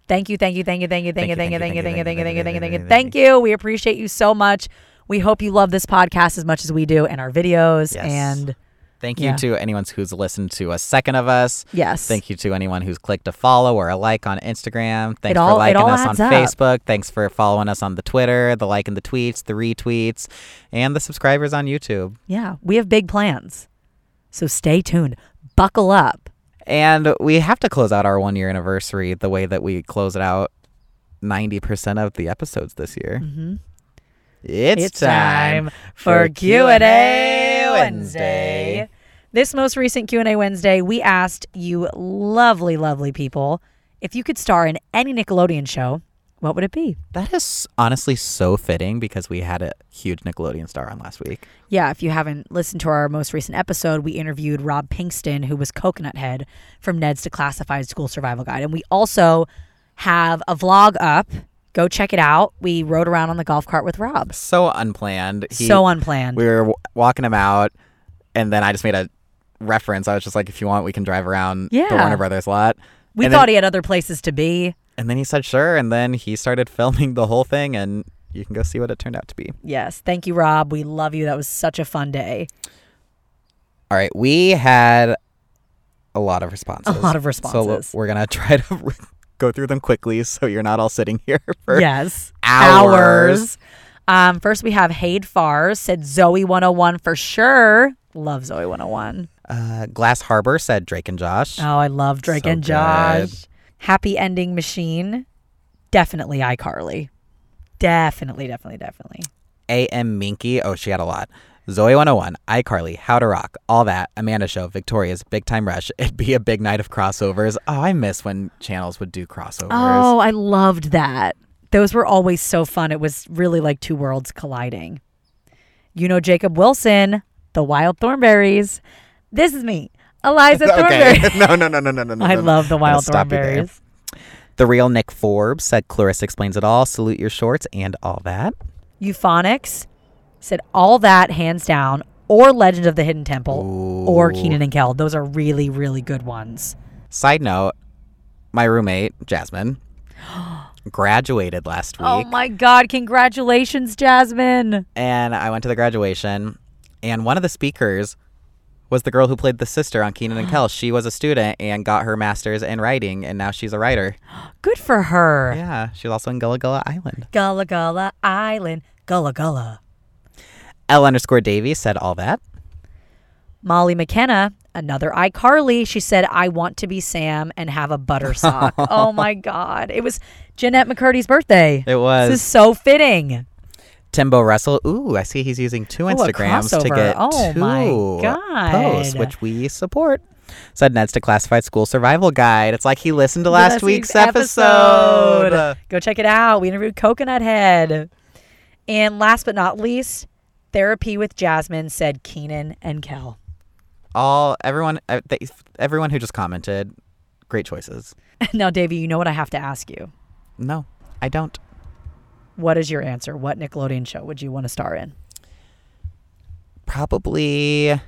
Speaker 1: thank you, thank you, thank you, thank you, thank you, thank you, thank you, thank you, thank you, thank you, thank you, thank you. Thank you. We appreciate you so much. We hope you love this podcast as much as we do and our videos
Speaker 2: Yes.
Speaker 1: and
Speaker 2: Thank you
Speaker 1: Yeah.
Speaker 2: to anyone who's listened to a second of us.
Speaker 1: Yes.
Speaker 2: Thank you to anyone who's clicked a follow or a like on Instagram. Thanks
Speaker 1: all- it
Speaker 2: for liking
Speaker 1: all
Speaker 2: us on
Speaker 1: adds up.
Speaker 2: Facebook. Thanks for following us on the Twitter, the liking the tweets, the retweets, and the subscribers on YouTube.
Speaker 1: Yeah, we have big plans. So stay tuned. Buckle up.
Speaker 2: And we have to close out our one year anniversary the way that we close it out 90% of the episodes this year. Mm-hmm. It's, time for Q&A Wednesday.
Speaker 1: This most recent Q&A Wednesday, we asked you lovely, lovely people, if you could star in any Nickelodeon show, what would it be?
Speaker 2: That is honestly so fitting because we had a huge Nickelodeon star on last week.
Speaker 1: Yeah, if you haven't listened to our most recent episode, we interviewed Rob Pinkston, who was Coconut Head from Ned's Declassified School Survival Guide. And we also have a vlog up. Go check it out. We rode around on the golf cart with Rob.
Speaker 2: So unplanned. He-
Speaker 1: so unplanned.
Speaker 2: we were w- walking him out, and then I just made a reference. I was just like, if you want, we can drive around the
Speaker 1: Yeah.
Speaker 2: Warner Brothers lot.
Speaker 1: We
Speaker 2: and
Speaker 1: thought
Speaker 2: then,
Speaker 1: he had other places to be.
Speaker 2: and then he said, sure. And then he started filming the whole thing, and you can go see what it turned out to be.
Speaker 1: Yes. Thank you, Rob. We love you. That was such a fun day.
Speaker 2: All right, we had a lot of responses.
Speaker 1: A lot of responses.
Speaker 2: So we're gonna try to go through them quickly, so you're not all sitting here for
Speaker 1: Yes.
Speaker 2: hours.
Speaker 1: Um, first, we have Hade Fars said Zoe 101 for sure. Love Zoe 101.
Speaker 2: Uh, Glass Harbor said Drake and Josh.
Speaker 1: Oh, I love Drake
Speaker 2: So
Speaker 1: and Josh. Happy Ending Machine. Definitely iCarly. Definitely, definitely, definitely.
Speaker 2: A.M. Minky. Oh, she had a lot. Zoe 101, iCarly, How to Rock, All That, Amanda Show, Victoria's, Big Time Rush. It'd be a big night of crossovers. Oh, I miss when channels would do crossovers.
Speaker 1: Oh, I loved that. Those were always so fun. It was really like two worlds colliding. You know, Jacob Wilson, the Wild Thornberries. This is me, Eliza Thornberry.
Speaker 2: okay. no, no, no, no, no, no, no.
Speaker 1: I
Speaker 2: no.
Speaker 1: love the
Speaker 2: I'm
Speaker 1: Wild
Speaker 2: gonna stop you there.
Speaker 1: Thornberries.
Speaker 2: The real Nick Forbes said Clarissa explains it all. Salute your shorts and all that.
Speaker 1: Euphonics said all that hands down, or Legend of the Hidden Temple, or Keenan and Kel. Those are really, really good ones.
Speaker 2: Side note, my roommate, Jasmine, graduated last week.
Speaker 1: Oh my God! Congratulations, Jasmine.
Speaker 2: and I went to the graduation, and one of the speakers was the girl who played the sister on Keenan and Kel. She was a student and got her master's in writing, and now she's a writer.
Speaker 1: Good for her.
Speaker 2: Yeah, she's also in Gullah Gullah Island.
Speaker 1: Gullah Gullah Island, Gullah Gullah.
Speaker 2: L underscore Davies said all that.
Speaker 1: Molly McKenna, another iCarly, she said, I want to be Sam and have a butter sock. oh my God. It was Jeanette McCurdy's birthday.
Speaker 2: It was.
Speaker 1: This is so fitting.
Speaker 2: Timbo Russell. Ooh, I see he's using two
Speaker 1: Oh, a
Speaker 2: Instagrams to
Speaker 1: crossover.
Speaker 2: get
Speaker 1: Oh
Speaker 2: two
Speaker 1: my God.
Speaker 2: posts, which we support. Said Ned's to Classified School Survival Guide. It's like he listened to last, week's episode.
Speaker 1: Go check it out. We interviewed Coconut Head. And last but not least, Therapy with Jasmine said Keenan and Kel.
Speaker 2: All everyone, uh, th- everyone who just commented, great choices.
Speaker 1: now, Davey, you know what I have to ask you.
Speaker 2: No, I don't.
Speaker 1: What is your answer? What Nickelodeon show would you want to star in?
Speaker 2: Probably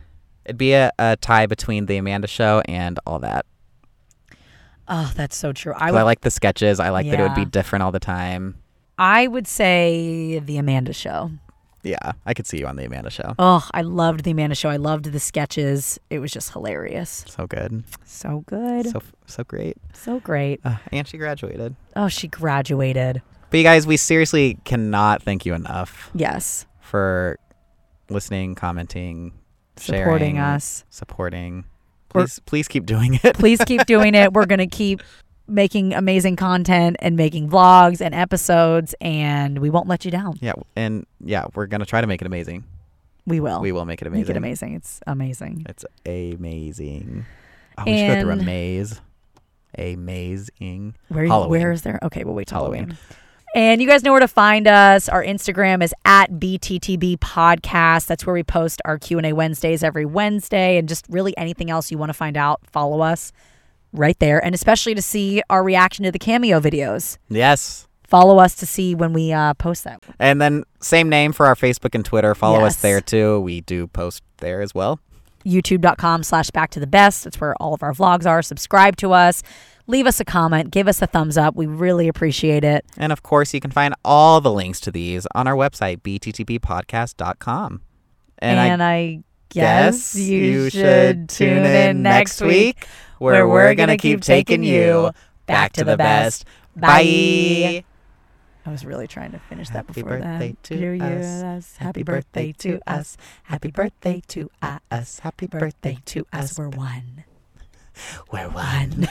Speaker 2: it'd be a, a tie between the Amanda Show and all that.
Speaker 1: Oh, that's so true. I
Speaker 2: 'Cause
Speaker 1: would
Speaker 2: I like the sketches. I like that it would be
Speaker 1: Yeah.
Speaker 2: different all the time.
Speaker 1: I would say the Amanda Show.
Speaker 2: Yeah, I could see you on the Amanda Show.
Speaker 1: Oh, I loved the Amanda Show. I loved the sketches. It was just hilarious.
Speaker 2: So good,
Speaker 1: So good. So,
Speaker 2: so f- so great.
Speaker 1: great.
Speaker 2: Uh, and she graduated.
Speaker 1: Oh, she graduated.
Speaker 2: But you guys, we seriously cannot thank you enough
Speaker 1: Yes.
Speaker 2: for listening, commenting,
Speaker 1: Supporting
Speaker 2: sharing,
Speaker 1: us.
Speaker 2: supporting.
Speaker 1: We're-
Speaker 2: Please, please keep doing it.
Speaker 1: Please keep doing it. We're going to keep making amazing content and making vlogs and episodes, and we won't let you down.
Speaker 2: Yeah, and yeah, we're gonna try to make it amazing.
Speaker 1: We will.
Speaker 2: We will make it
Speaker 1: Oh, Make
Speaker 2: amazing.
Speaker 1: it amazing. It's amazing.
Speaker 2: It's amazing. Oh, we should go through a
Speaker 1: And-
Speaker 2: maze. Amazing.
Speaker 1: Where you-
Speaker 2: Halloween.
Speaker 1: where is there? Okay, we'll wait till Halloween.
Speaker 2: Halloween.
Speaker 1: And you guys know where to find us. Our Instagram is at BTTB Podcast. That's where we post our Q and A Wednesdays every Wednesday, and just really anything else you want to find out, follow us right there. And especially to see our reaction to the cameo videos,
Speaker 2: Yes.
Speaker 1: follow us to see when we uh, post them.
Speaker 2: And then same name for our Facebook and Twitter. Follow us
Speaker 1: Yes.
Speaker 2: there too. We do post there as well.
Speaker 1: youtube.com slash back to the best. That's where all of our vlogs are. Subscribe to us. Leave us a comment. Give us a thumbs up. We really appreciate it.
Speaker 2: And of course, you can find all the links to these on our website, bttbpodcast.com. And,
Speaker 1: And,
Speaker 2: I,
Speaker 1: I, guess you, should tune in next week
Speaker 2: where we're going to keep taking you back to the best. Bye.
Speaker 1: I was really trying to finish that
Speaker 2: Happy
Speaker 1: before then.
Speaker 2: birthday to
Speaker 1: Dear you,
Speaker 2: us.
Speaker 1: Happy birthday to us.
Speaker 2: Happy birthday to us. Happy
Speaker 1: Birthday to us. We're one.
Speaker 2: We're one.